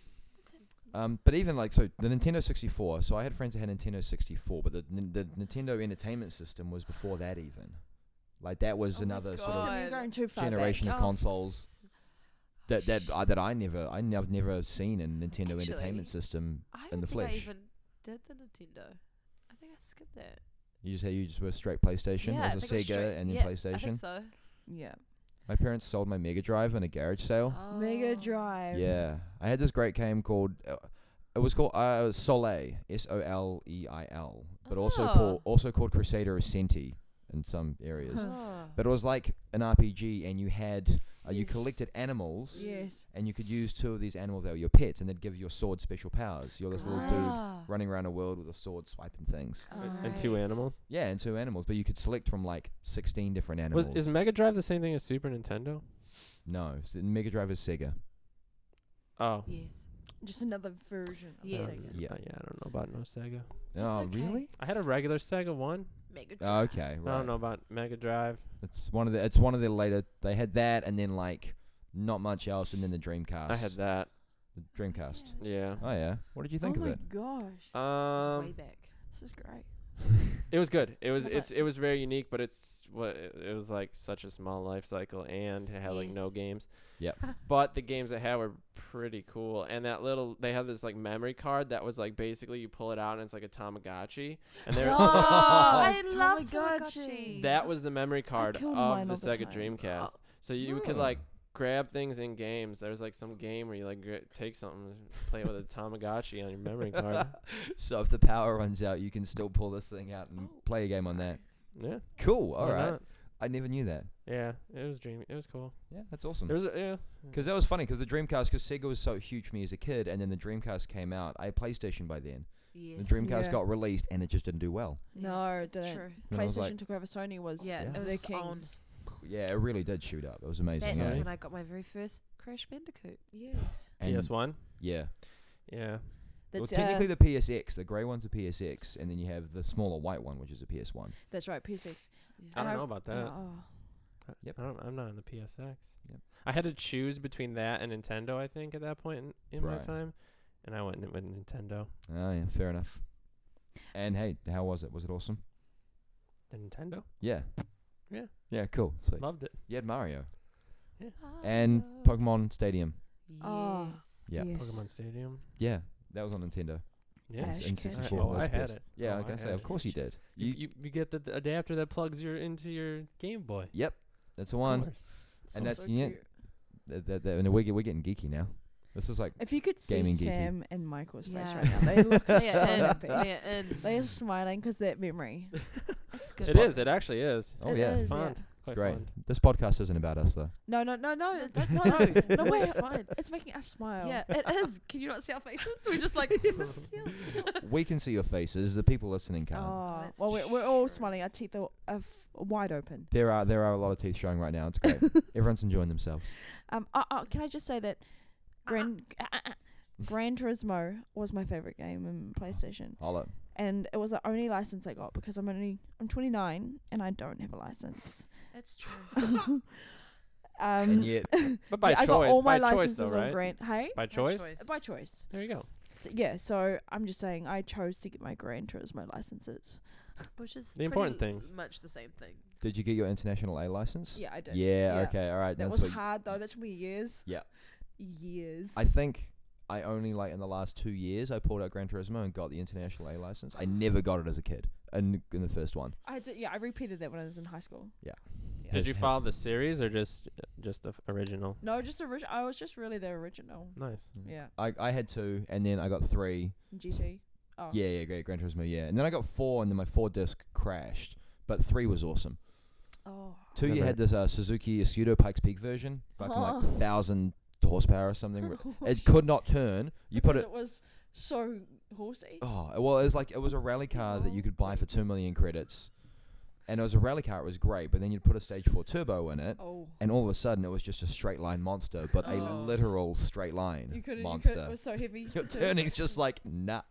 Um, but even like so, the Nintendo 64. So I had friends that had Nintendo 64, but the nin- the Nintendo Entertainment System was before that even. Like that was Oh my another sort So of God. you're going too far back. generation Oh, of consoles s- that that I, that I never I never never seen in Nintendo Actually, Entertainment System. I don't in the think I flesh. even did the Nintendo. I think I skipped that. You just how you just were straight PlayStation. yeah, I it was a think Sega it was straight- and then yeah, I PlayStation. think so. Yeah. My parents sold my Mega Drive in a garage sale. Mega Oh. Drive. Yeah, I had this great game called. Uh, it was called uh, Soleil, S O L E I L, but also Oh. called also called Crusader Ascenti. in some areas. Ah. But it was like an RPG, and you had uh, you Yes. collected animals, Yes. and you could use two of these animals that were your pets, and they'd give your sword special powers. You're this little dude Ah. running around a world with a sword, swiping things. and two Right. animals. Yeah, and two animals, but you could select from like 16 different animals. Was is Mega Drive the same thing as Super Nintendo? no, s- Mega Drive is Sega. Oh, Yes. Just another version of Yes. Sega. Yeah. Uh, yeah. I don't know about no Sega. oh, okay. *laughs* really? I had a regular Sega one. Mega Oh, Drive. okay, I right. don't know about Mega Drive. It's one of the. It's one of the later. They had that, and then like not much else, and then the Dreamcast. I had that. the Dreamcast. Yeah. Oh yeah. What did you think oh of my it? gosh. This is way Um, back. This is great. it was good. It was Love it's it was very unique, but it's what it was like such a small life cycle, and it had like no Yes. games. *laughs* Yep. but the games it had were pretty cool, and that little they had this like memory card that was like basically you pull it out and it's like a Tamagotchi, and *laughs* *laughs* there Oh, *laughs* I Oh, love Tamagotchi. Tamagotchi. that was the memory card of killed mine the all the Sega time. Oh. Dreamcast. So you could Hmm. like grab things in games. There was like some game where you like gr- take something, and play *laughs* it with a Tamagotchi on your memory card. So if the power runs out, you can still pull this thing out Oh, and play a game on that. Yeah. Cool. All why right. not? I never knew that. Yeah, it was dreamy. It was cool. Yeah, that's awesome. There was a, yeah. Because that was funny. Because the Dreamcast, because Sega was so huge for me as a kid, and then the Dreamcast came out. I had PlayStation by then. Yes. The Dreamcast Yeah. got released, and it just didn't do well. No, Yes, the it's true. And I was PlayStation like, took over Sony was Yeah, Yeah. it the was just kings. owned. yeah, it really did shoot up. It was That's amazing. Right. Yeah. when I got my very first Crash Bandicoot. Yes. And PS One. yeah. Yeah. Well, That's, technically uh, the PSX, the grey one's a PSX, and then you have the smaller white one, which is a PS1. that's right, PS6. I And don't I- know about that. Oh. Yep. I don't, I'm not on the PSX. Yep. I had to choose between that and Nintendo. I think at that point in, in my Right. time, and I went with Nintendo. Oh yeah, fair enough. And hey, how was it? Was it awesome? The Nintendo Yeah. Yeah. Yeah, cool. Sweet. loved it. You had Mario and And Pokemon Stadium. Oh. Yes. Yeah. Yes. Pokemon Stadium. Yeah, that was on Nintendo. Yeah. Ash It was in Ketchum. 64 oh, was I had PS. it. Yeah, Oh, I I was gonna say, had of course you did. You, you you get the, the adapter that plugs your into your Game Boy. yep, that's the Of one. course. This And is that's so yeah. cute. That, that, that, and we're, get- we're getting geeky now. This is like If you could see Gaming geeky. Sam and Michael's face Yeah. right now, they look so They're *laughs* in, happy. they're in. They are smiling 'cause that memory. It's good. It is. It actually is. oh yeah, is, it's Fond. Quite great. fond. This podcast isn't about us *laughs* though. No, no, no, no, No, that- no, no, no, *laughs* no, no, no, *laughs* it's wait. fine. It's making us smile. Yeah, it is. Can you not see our faces? We're just *laughs* like. we can see your faces. The people listening can't. Oh, that's well, we're, we're all true. smiling. Our teeth are, are f- wide open. There are there are a lot of teeth showing right now. It's *laughs* great. Everyone's enjoying themselves. Um, oh, oh, can I just say that Gran, uh, Gran Turismo was my favorite game in PlayStation, Holla. and it was the only license I got because I'm only I'm 29 and I don't have a license. It's *laughs* true. um, and yet, But by yeah, I choice, got all my by choice licenses though, on right? Gran. Hey, By choice. by choice. There you go. So, yeah, so I'm just saying I chose to get my Gran Turismo licenses. Which is The important pretty things. Much the same thing. did you get your international A license? Yeah, I did. Yeah. Okay. All right. That that's was what- hard though. That took me years. Yeah. Years. I think I only like in the last two years I pulled out Gran Turismo and got the international A license. I never got it as a kid, and in the first one. I did, yeah, I repeated that when I was in high school. Yeah. Did Has you hap- follow the series or just just the f- original? No, just original. I was just really the original. Mm. Nice. Yeah, I, I had two, and then I got three. GT. Oh. *laughs* Yeah, yeah, great Gran Turismo, yeah. And then I got four, and then my four disc crashed. But three was awesome. Oh. Two, you Never- had this uh, Suzuki Pseudo Pikes Peak version, fucking Oh. like thousand horsepower or *laughs* something. It could not turn. You put Because it It was so horsey. Oh well, it was like it was a rally car that you could buy for two million credits, and it was a rally car. It was great, but then you'd put a stage four turbo in it, Oh. and all of a sudden it was just a straight line monster, but a Oh. literal straight line You couldn't. You monster. could It was so heavy. *laughs* Your *laughs* turning's just like nah.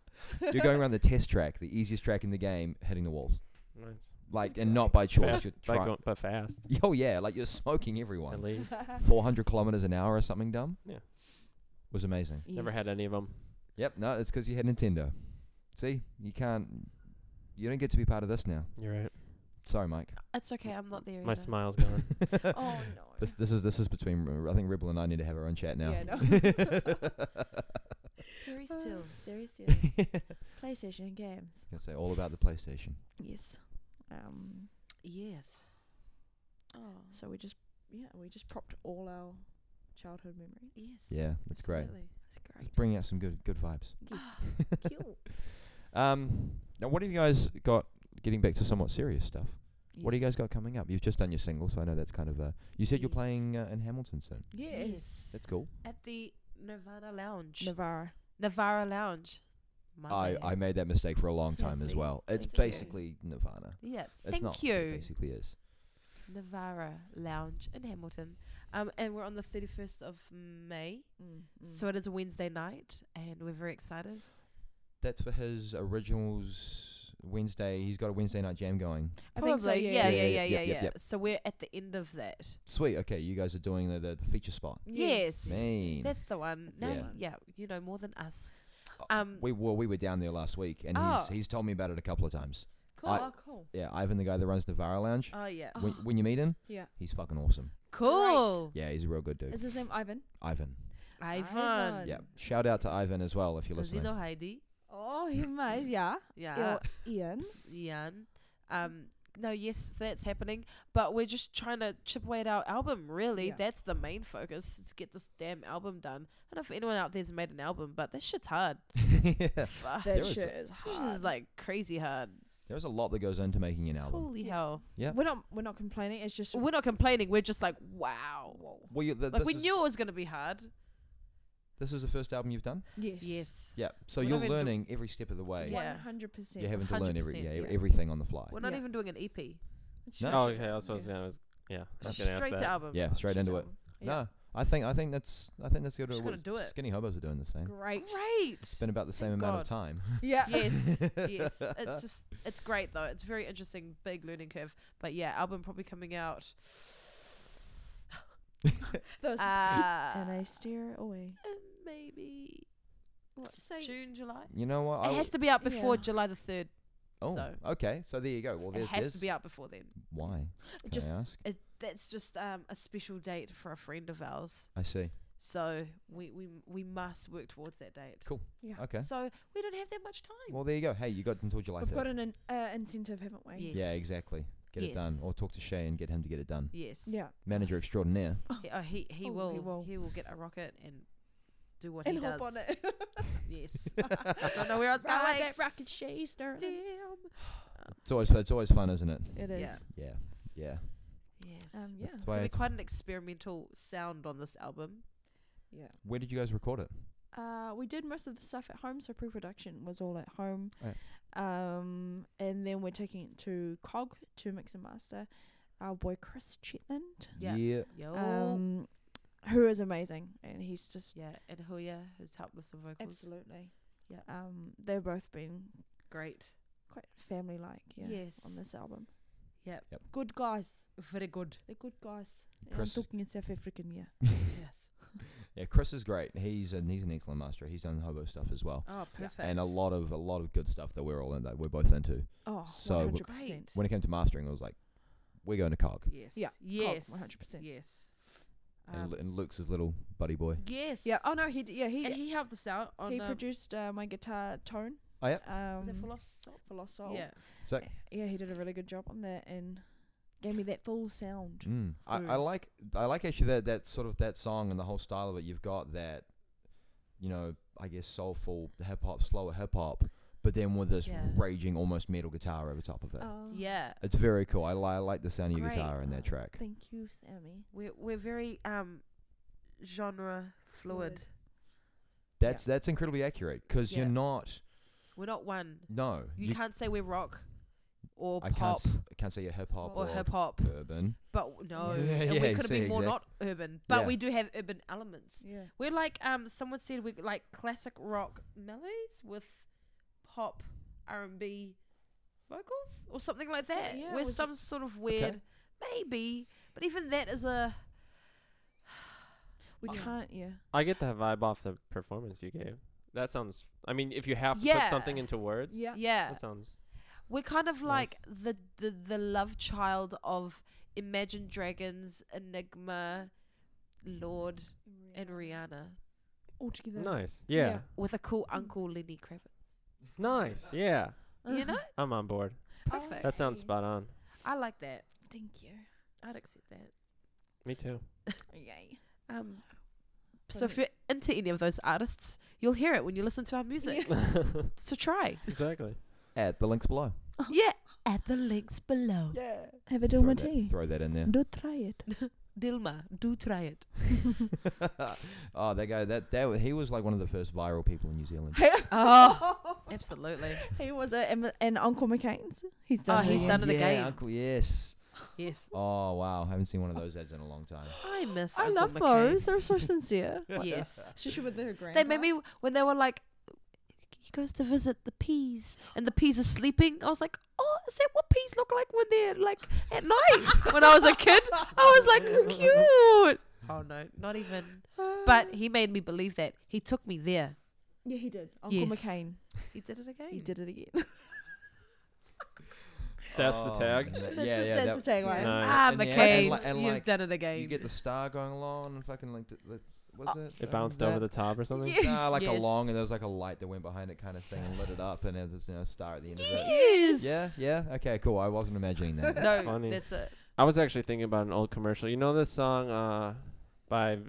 You're going around the test track, the easiest track in the game, hitting the walls, Nice. like and not by choice. Fast, You're but, trying. go- but fast, *laughs* Oh yeah, like you're smoking at everyone. least. Four hundred kilometers an hour or something dumb. Yeah. was amazing. Never had any of them. Yep, no, it's because you had Nintendo. See, you can't. You don't get to be part of this now. You're right. Sorry, Mike. It's okay. I'm not there. My smile's gone. *laughs* Oh no. This this is this is between R- I think Ribble and I need to have our own chat now. Yeah, *laughs* no. *laughs* Series two. Series *laughs* two. PlayStation games. Gonna say all about the PlayStation. Yes. Um. Yes. Oh. So we just yeah we just propped all our childhood memories. Yes. Yeah, that's great. absolutely. It's bringing out some good good vibes. Yes. *laughs* Um, now what have you guys got? Getting back to somewhat serious stuff. What do you guys Yes. got coming up? You've just done your single, so I know that's kind of a. You said you're Yes. playing uh, in Hamilton soon. Yes. Yes. That's cool. At the Nirvana Lounge. Navarre. Navara Lounge. My I, bad. I made that mistake for a long time as Fancy. well. It's Thank you. basically Nirvana. Yeah. It's Thank not, but you. It basically is. Navara Lounge in Hamilton. Um, and we're on the 31st of May. Mm, So it is a Wednesday night, and we're very excited. That's for his originals Wednesday. He's got a Wednesday night jam going. I think so. Probably, Yeah. yeah, yeah, Yeah, yeah, yeah, yeah, yep, yep, yeah. yep. So we're at the end of that. Sweet. Okay, you guys are doing the, the, the feature spot. Yes. Mean. That's the one. That's the No, one. yeah, you know more than us. Oh, Um, we well, we were down there last week, and he's Oh. he's told me about it a couple of times. cool. I- oh, cool. Yeah, Ivan, the guy that runs Navara Lounge. Oh, yeah. when, when you meet him, Yeah. he's fucking awesome. Cool. Yeah, he's a real good dude. Is his name Ivan? Ivan. Ivan. Yeah. Shout out to Ivan as well if you're Does he know listening. Heidi? Oh, he might. *laughs* Yeah. Yeah. *laughs* Ian. Ian. Um, no, yes, so that's happening. But we're just trying to chip away at our album, really. Yeah. That's the main focus, is to get this damn album done. I don't know if anyone out there's made an album, but this shit's *sighs* hard. *laughs* yeah. Fuck. There That is a- shit is This hard. is like crazy hard. There's a lot that goes into making an album. Holy Yeah. hell. Yep. We're not. We're not complaining. It's just. We're not complaining. We're just like, wow. Well, you, th- Like, this we is, knew it was going to be hard. This is the first album you've done. yes. Yeah. So We're you're not even do- learning every step of the way. Yeah. One hundred percent. You're having to learn every 100%, yeah, yeah. everything on the fly. We're not Yeah. even doing an E EP. No. Oh, okay. That's what I was gonna. Was, yeah. I was gonna ask Straight that. to album. Yeah, straight into it. Yeah. No, I think I think that's I think that's good. Just what gotta do it. Skinny hobos are doing the same. Great. It's Great. been about the same Thank amount of God. time. *laughs* Yeah. yes, *laughs* yes. It's just it's great though. It's very interesting, big learning curve. But yeah, album probably coming out. Those- and Uh, I steer away. maybe what, Just say- June, July. You know what? I it w- has to be out before yeah. July the third. oh, so. okay. So there you go. Well, it there's, has there's to be out before then. why. Can Just- I ask? It, that's just um, a special date for a friend of ours. I see. So we we we must work towards that date. Cool. Okay. So we don't have that much time. Well, there you go. Hey, you got until July We've got 3rd. an in, uh, incentive, haven't we? Yes. Yeah, exactly. Get it done, Yes. or talk to Shay and get him to get it done. Yes. Yeah. Manager *laughs* extraordinaire. He, oh, he he Oh, he will, will. he will get a rocket and do what And he does. hop on it. Yes. *laughs* Don't know *laughs* where I was Ride going. that rocket chase, darling. It's always it's always fun, isn't it? It Yeah. is. Yeah, yeah. Yes. Um, yeah. That's it's gonna why be it's- quite an experimental sound on this album. Yeah. where did you guys record it? Uh, we did most of the stuff at home, so pre-production was all at home. Oh, Um, and then we're taking it to Cog to mix and master. Our boy Chris Chetland, Yeah. yeah. Yo. um, who is amazing, and he's just yeah, and Huya who's helped with some vocals. absolutely. Yeah. Um, they've both been Great. quite family-like. Yeah. Yes. On this album. Yep. Yep. Good guys. Very good. They're good guys. And Chris- I'm talking in South African, yeah. yes. *laughs* Yeah, Chris is great. He's an he's an excellent master. He's done hobo stuff as well, Oh, perfect. and a lot of a lot of good stuff that we're all in that we're both into. Oh, So w- 100%. Great. When it came to mastering, it was like we're going to Cog Yes. Yeah, Yes. 100%. Yes. and, Um, Lu- and Luke's his little buddy boy. yes. Yeah. Oh no, he d- yeah he And he helped us out on he um, produced uh, my guitar tone. Oh, yep. Um, was it Philosoph- Philosoph. Yeah. So Yeah, he did a really good job on that and gave me that full sound. Mm. I, I Food. like I like actually that that sort of that song and the whole style of it. You've got that, you know, I guess soulful hip hop, slower hip hop, but then with this Yeah. raging almost metal guitar over top of it. Oh, Yeah. It's very cool. I, li- I like the sound of your Great. guitar in that track. Thank you, Sammy. We're we're very um genre fluid. Fluid. That's that's incredibly accurate because Yeah. you're not We're not one. no You, can't say we're rock or I can't pop s- I can't say you're hip hop or or, hip hop, urban. but w- no, Yeah, and yeah, we could have exact- been more exact- not urban. But Yeah. we do have urban elements. Yeah. We're like um someone said we're like classic rock melodies with pop R and B vocals or something like So- that. yeah, we're was it- some sort of weird, maybe. But even that is a We Yeah. can't, yeah. I get that vibe off the performance you gave. That sounds. I mean, if you have to put something Yeah. into words, Yeah. yeah. that sounds. We're kind of Nice. like the, the the love child of Imagine Dragons, Enigma, Lord, and Rihanna, All together. Nice. Yeah. Yeah. with a cool uncle Lenny Kravitz. Nice. Yeah. You know, I'm on board. Oh, perfect. That sounds spot on. I like that. Thank you. I'd accept that. Me too. Yay. Um, so if you're into any of those artists, you'll hear it when you listen to our music. So try. exactly. At the links below. yeah, at the links below. Yeah. Have a Dilma throw tea. That, throw that in there. Do try it. *laughs* Dilma, do try it. *laughs* oh, that guy. That that wa- he was like one of the first viral people in New Zealand. *laughs* Oh, absolutely. *laughs* He was a and, and Uncle McCain's. He's Oh, done. he's it done again. it yeah, again. Uncle. Yes. Yes. Oh wow, haven't seen one of those ads in a long time. I miss. I Uncle love McCain. those. They're so sincere. *laughs* Yes. Especially with her grand. They made me when they were like, he goes to visit the peas, and the peas are sleeping. I was like, oh, is that what peas look like when they're like at night? when I was a kid, I was like, cute. Oh no, not even. *sighs* But he made me believe that. He took me there. Yeah, he did. Uncle Yes. McCain. He did it again. He did it again. That's the Oh, tag. man, that- That's yeah, the- yeah. that's that- the tagline. No. Ah, And yeah, and McCain, li- and you've like, done it again. You get the star going along and fucking like, th- th- was it? Oh, It bounced over over *laughs* the top or something. yes, Nah, like yes. a long, and there was like a light that went behind it, kind of thing, and lit it up, and there was you know, a star at the end of it. Yes. Yeah, yeah. Okay, cool. I wasn't imagining *laughs* that. No, funny. that's it. I was actually thinking about an old commercial. You know this song uh, by V-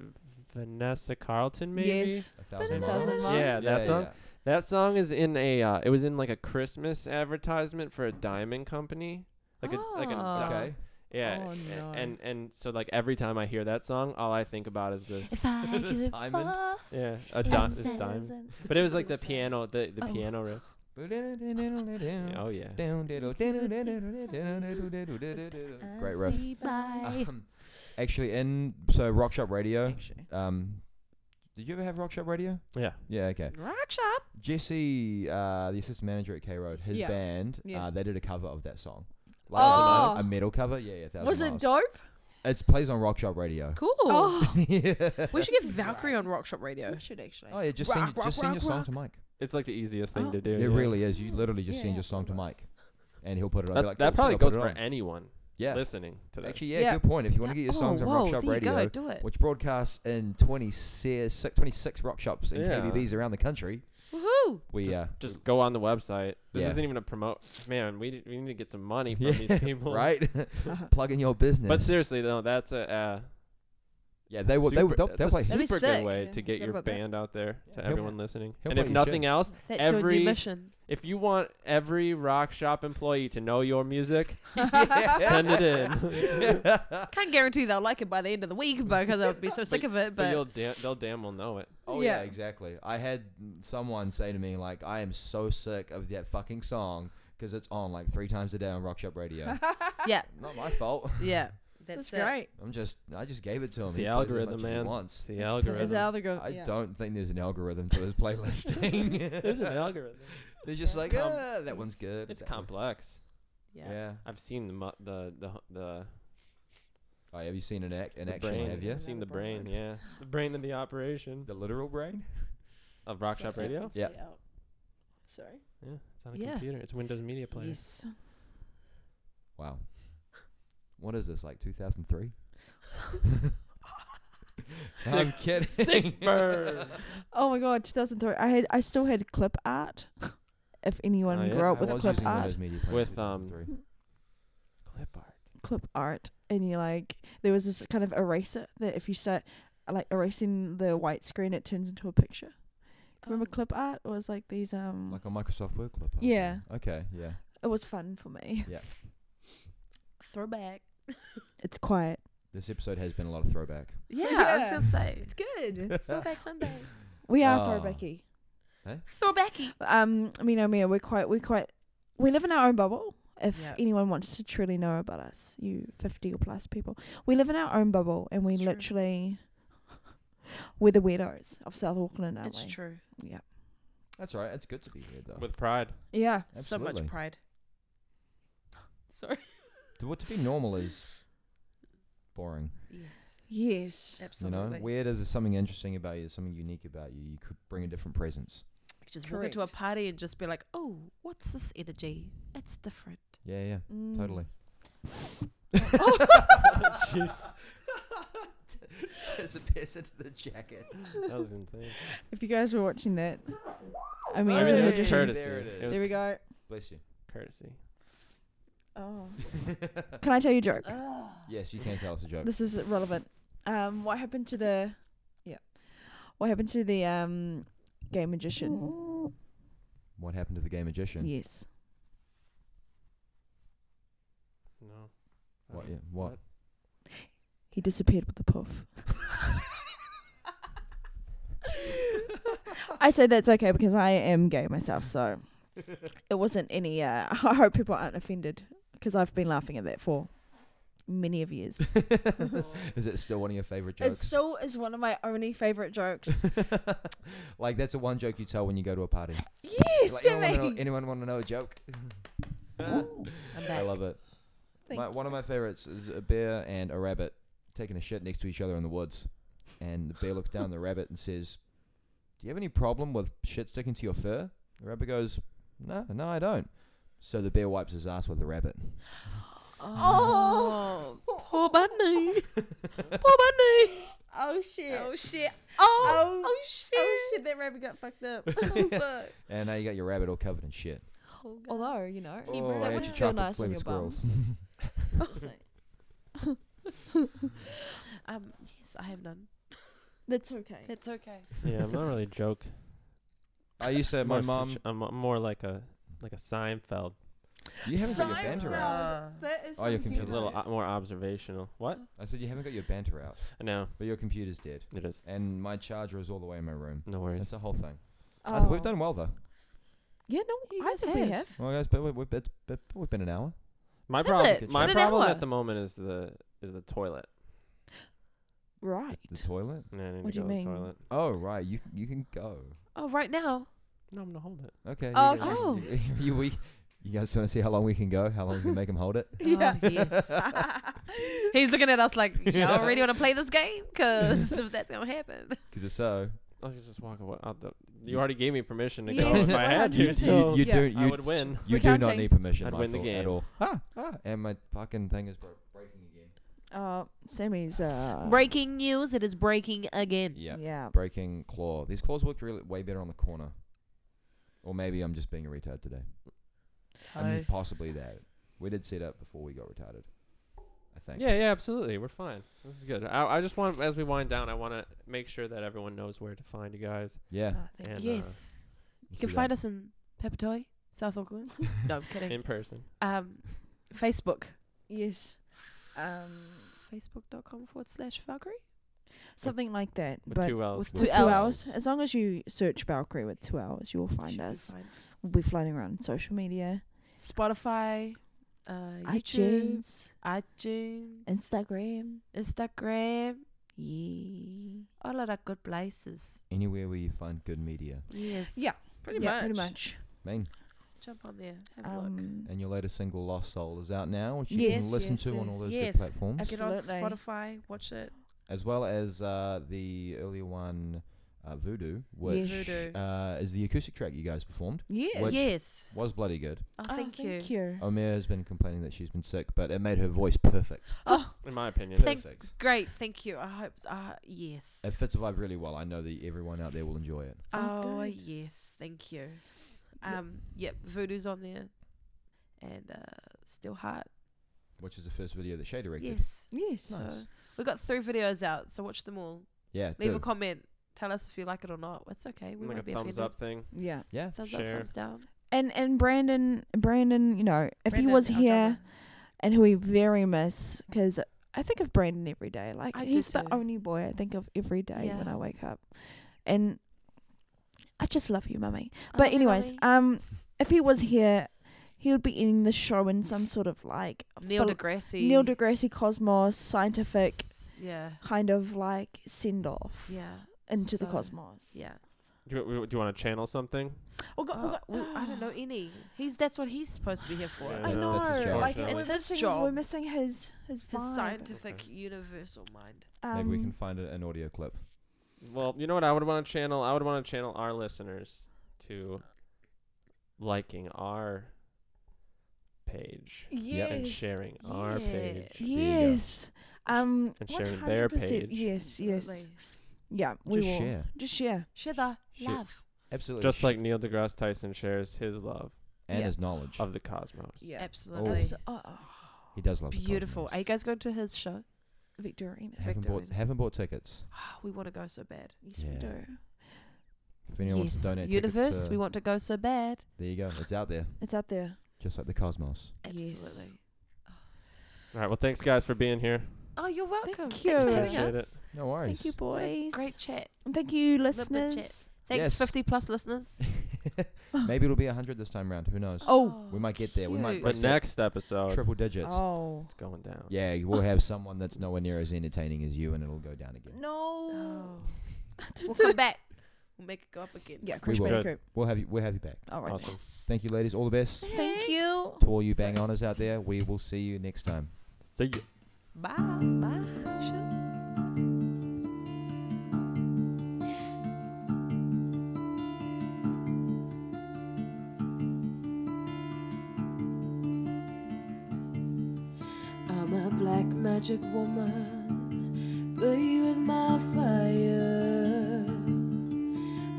Vanessa Carlton, maybe? Yes. a thousand But a thousand miles. miles. Yeah, that song. That song is in a. Uh, it was in like a Christmas advertisement for a diamond company. Like a like a Oh. di- Okay. yeah. Oh, a- no. And and so like every time I hear that song, all I think about is this. If *laughs* *laughs* I could Diamond. fall Yeah, a di- this in diamond. thousand- But it was like the piano, the the Oh. piano riff. Yeah, Oh yeah. Great riff. see by- Um, actually, in so Rock Shop Radio. Actually. Um, did you ever have Rock Shop Radio? Yeah. Yeah. Okay. Rock shop. Jesse, uh, the assistant manager at K Road, his Yeah. band, Yeah. Oh. uh, they did a cover of that song. Thousand a- Miles? a metal cover. Yeah, yeah. Thousand Was it Miles. dope? Oh. It plays on Rock Shop Radio. Cool. *laughs* *laughs* yeah. Oh, We should get Valkyrie on Rock Shop Radio. We should actually. Oh yeah, just send Rock, rock, just send your rock, song rock. to Mike. It's like the easiest thing Oh. to do. It yeah. really is. You literally just Yeah, send your song to Mike, and he'll put it on. Be That, like, that "Cool, sweet, probably I'll put goes it for on." anyone Yeah. listening to this. Actually, yeah, Yeah. Good point. If you want to get your songs oh, on whoa, Rock Shop there Radio, You go. Do it. which broadcasts in 26, 26 rock shops and Yeah. KBBs around the country, Woohoo! we just, uh, *laughs* just go on the website. This Yeah. isn't even a promote. Man, we, d- we need to get some *laughs* money from yeah, these people, *laughs* right? Plug in your business. But seriously, though, that's a uh, yeah, they will. They super, will. They'll, that's they'll a play. That'd be super sick. good way Yeah, to get forgot your about that. band out there Yeah. to He'll- everyone listening. he'll And if play your nothing shit. else, That's your Every- new mission. if you want every rock shop employee to know your music, *laughs* Yeah. send it in. *laughs* Can't guarantee they'll like it by the end of the week *laughs* because I'll be so sick of it. but *laughs* But, you'll da- they'll damn well know it. Oh yeah. Yeah. exactly. I had someone say to me like, "I am so sick of that fucking song because it's on like three times a day on Rock Shop Radio." yeah, Not my fault. yeah, that's, That's it. great. I'm just, I just gave it to him. It's He the plays it as algorithm, much as he man. wants. The Is algorithm. *laughs* that the girl? I yeah. don't think there's an algorithm to his *laughs* playlisting. There's *laughs* an algorithm. They're just like, com- ah, that one's good. It's that one-" complex. Yeah. Yeah. I've seen the mu- the the the, Oh, have you seen an act in the action? brain. Have you? I've seen the Another brain. brain. Yeah, the brain of the operation The literal brain. of Rock Shop Radio. Yeah. Sorry. Yeah, it's on a Yeah. computer. It's Windows Media Player. Yes. Wow. What is this *laughs* like 2003? *laughs* I'm kidding. Sick burn. Oh my god, 2003. I had, I still had clip art. *laughs* if anyone yeah, grew Oh, up I with was clip using art, Windows Media Player in With, um, 2003. *laughs* Clip art. clip art, and you like, there was this kind of eraser that if you start uh, like erasing the white screen, it turns into a picture. Remember clip art? It was like these um. Like a Microsoft Word clip. okay. Yeah. Okay. *laughs* Yeah. it was fun for me. *laughs* Throwback. It's quiet. This episode has been a lot of throwback. Yeah, I was Yeah. *laughs* gonna say It's good. throwback Sunday. We are Ah. throwbacky. Throwbacky. Um, I mean, I mean, we're quite, we're quite, we live in our own bubble. If Yep. anyone wants to truly know about us, you fifty or plus people, we live in our own bubble, and we It's true. literally, *laughs* we're the weirdos of South Auckland, aren't It's we? true. That's all right. It's good to be weird though. With pride. Yeah, So Absolutely. much pride. Sorry. To- What to be normal is *laughs* boring. Yes. yes, Absolutely. You know, *laughs* weird is something interesting about you, something unique about you. You could bring a different presence. just walk into a correct. party and just be like, "Oh, what's this energy? It's different." Yeah, yeah, Mm. *laughs* totally. *laughs* *laughs* Jeez. *laughs* Disappears into the jacket. That was insane. If you guys were watching that, I mean, I mean, it was Hey, courtesy. there it is. was there we go. Bless *laughs* you. Courtesy. Oh, can I tell you a joke? Uh. yes, you can tell us a joke. This is relevant. Um, what happened to the? Yeah, what happened to the um, game magician? What happened to the gay magician? Yes. No. What? Yeah. What? He disappeared with the puff. I say that's okay because I am gay myself, so it wasn't any. Uh, *laughs* I hope people aren't offended because I've been laughing at that for many of years. *laughs* *laughs* Is it still one of your favorite It jokes? still is one of my only favorite *laughs* jokes. like that's the one joke you tell when you go to a party. yes, Like, anyone, wanna know, Sammy. anyone want to know a joke? I'm I back. love it. Thank My, one of my favorites is a bear and a rabbit taking a shit next to each other in the woods, and the bear looks down at the rabbit and says, "Do you have any problem with shit sticking to your fur?" The rabbit goes, "No, no, I don't." So the bear wipes his ass with the rabbit. Oh. poor *laughs* bunny. poor bunny. Oh shit. Oh, shit. Oh, oh, shit. Oh shit, that rabbit got fucked *laughs* up. Oh, fuck. And now you got your rabbit all covered in shit. Oh, Although, you know, He oh, that I would ate feel your chocolate nice on your flavored bum. squirrels. So, *laughs* Um, yes, I have none. That's okay. It's okay. *laughs* Yeah, I'm not really joke. I used to. Uh, My More mom. situ- I'm uh, more like a like a Seinfeld. you haven't got your banter out. Seinfeld. That is Oh, something your A computer. little Yeah. o- more observational. What? I said you haven't got your banter out, No, but your computer's dead, it is. and my charger is all the way in my room. No worries. That's the whole thing. I Oh. th- we've done well though. Yeah, no, You I guys think we have. have. Well, guys, but we- we've, it's, but we've been an hour. My Is problem. it? My In an problem hour? at the moment is the is the toilet. Right. The toilet. Yeah, I need What to do go you to the mean? toilet. Oh right, you c- you can go. Oh, *laughs* right now. No, I'm gonna hold it. Okay. you Oh, guys- cool. You, *laughs* you, we, you guys want to see how long we can go? How long we can make him hold it? *laughs* Yeah. *laughs* Oh, yes. *laughs* He's looking at us like, y'all really want to play this game? Because if *laughs* that's going to happen. Because if so, I could just walk away. Out the, you already gave me permission to go Yes, if I had you, to. 100%. So you, you Yeah. do you I would win. You We're do not counting. need permission. I'd win the Michael, At game. all. Ah, ah, and my fucking thing is bro- breaking again. Uh, Sammy's. Uh, Breaking news. It is breaking again. Yeah. Yeah. Breaking claw. These claws looked really way better on the corner. Or maybe I'm just being a retard today. I mean, possibly that. We did set up before we got retarded. I think. Yeah, yeah, absolutely. We're fine. This is good. I, I just want, as we wind down, I want to make sure that everyone knows where to find you guys. Yeah. And, uh, yes. Oh, you let's can do find that. us in Pepitoy, South Auckland. no, I'm kidding. in person. *laughs* Um, Facebook. Yes. Um, Facebook.com forward slash Valkyrie. something like that. With but two L's. with With two, two hours. L's. As long as you search Valkyrie with two hours, you'll find Should be us. fine. We'll be floating around social media, Spotify, uh, YouTube, iTunes, iTunes, Instagram. Instagram, Yeah. all of that good places. Anywhere where you find good media. Yes. Yeah. Pretty yeah, much. pretty much. Man. Jump on there. Have a look. Um, And your latest single, Lost Soul, is out now, which you Yes, can listen yes, to on all yes, those yes. good platforms. Get on absolutely. Spotify. Watch it. as well as uh, the earlier one, uh, Voodoo, which Yes. Voodoo. Uh, is the acoustic track you guys performed. yeah. Which- yes. Was bloody good. Oh, Oh, thank, you. Thank you. Omer has been complaining that she's been sick, but it made her voice perfect. Oh, In my opinion. Thank- Perfect. *laughs* great. Thank you. I hope. Uh, yes. It fits the vibe really well. I know that everyone out there will enjoy it. Oh, Oh, good. yes, thank you. Um, yep, Voodoo's on there, and uh, Still Heart. Which is the first video that Shay directed. Yes, Yes. Nice. so we got three videos out, so watch them all. Yeah. Leave a do. comment. Tell us if you like it or not. It's okay. We like a won't be thumbs offended. up thing. Yeah. yeah. Thumbs Share. up, thumbs down. And and Brandon, Brandon, you know, if he Brandon, was I'll jump here, in. and who we very miss, because I think of Brandon every day. Like I do he's the too. only boy I think of every day when Yeah. I wake up, and I just love you, mummy. I But love you, anyways, mummy. um, if he was here, he would be ending the show in some sort of like Neil phil- deGrasse. Neil deGrasse Cosmos scientific S- Yeah, kind of like send off yeah, into the so- cosmos. yeah. Do you, do you want to channel something? Oh god, Oh, well, I ah. don't know any. He's that's what he's supposed to be here for. Yeah, I that's- know. that's his job. It's Like, we're his missing, We're job. missing his his, His vibe. scientific universal mind. Um, Maybe we can find a- an audio clip. Well, you know what I would want to channel? I would want to channel our listeners to liking our page Yes. and sharing our Yeah. page. you go. Yes. Um. And sharing their 100%, page. Yes. Yes. Absolutely. Yeah. We Just will. share. Just share. Share the Shit. love. Absolutely. Just sh- like Neil deGrasse Tyson shares his love and Yeah. his knowledge. of the cosmos. Yeah. Absolutely. Abso- oh, oh, he does love the Beautiful. Are cosmos. you guys going to his show? Victorina. haven't bought Victorine. haven't bought tickets. Oh, we want to go so bad. Yes, we Yeah. do. If anyone wants yes. to donate tickets Universe, to- we want to go so bad. there you go. It's out there, It's out there. just like the cosmos. Yes. Absolutely. All right. Well, thanks guys for being here. Oh, you're welcome. you. Thanks for having Appreciate us. it. No worries. Thank you, boys. Great chat. And Thank you, Little bit listeners. chat. Thanks, Yes. 50 *laughs* plus listeners. *laughs* Maybe it'll be 100 this time round. Who knows? Oh. we might get there. We might cute. But break that next episode, triple digits. Oh. it's going down. Yeah, you will have someone that's nowhere near as entertaining as you, and it'll go down again. No. Oh. *laughs* we'll come back. We'll make it go up again. Yeah, We Crash will. Bandicoot. We'll have you. We'll have you back. All right. Awesome. Thank you, ladies. All the best Thank you. to all you bang oners out there. We will see you next time. See ya. Bye. Bye. Sure. I'm a black magic woman, play with my fire,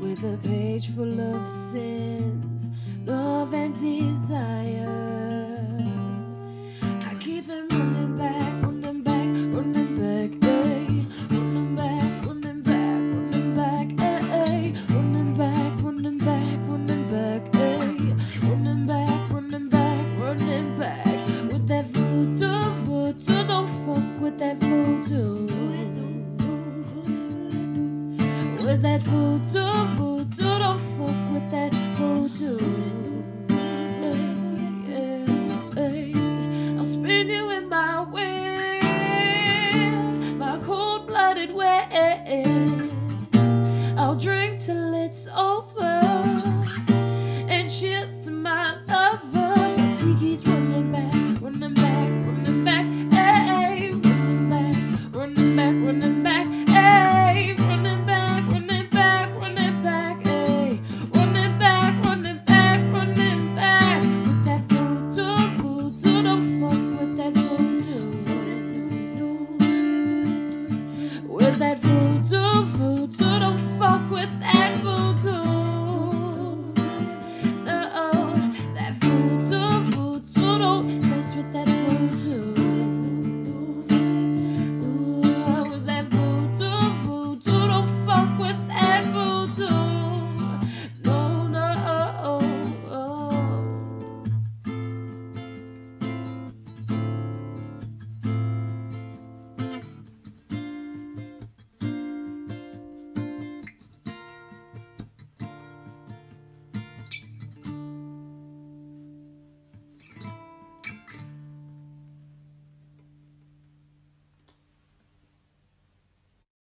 with a page full of sin. oh,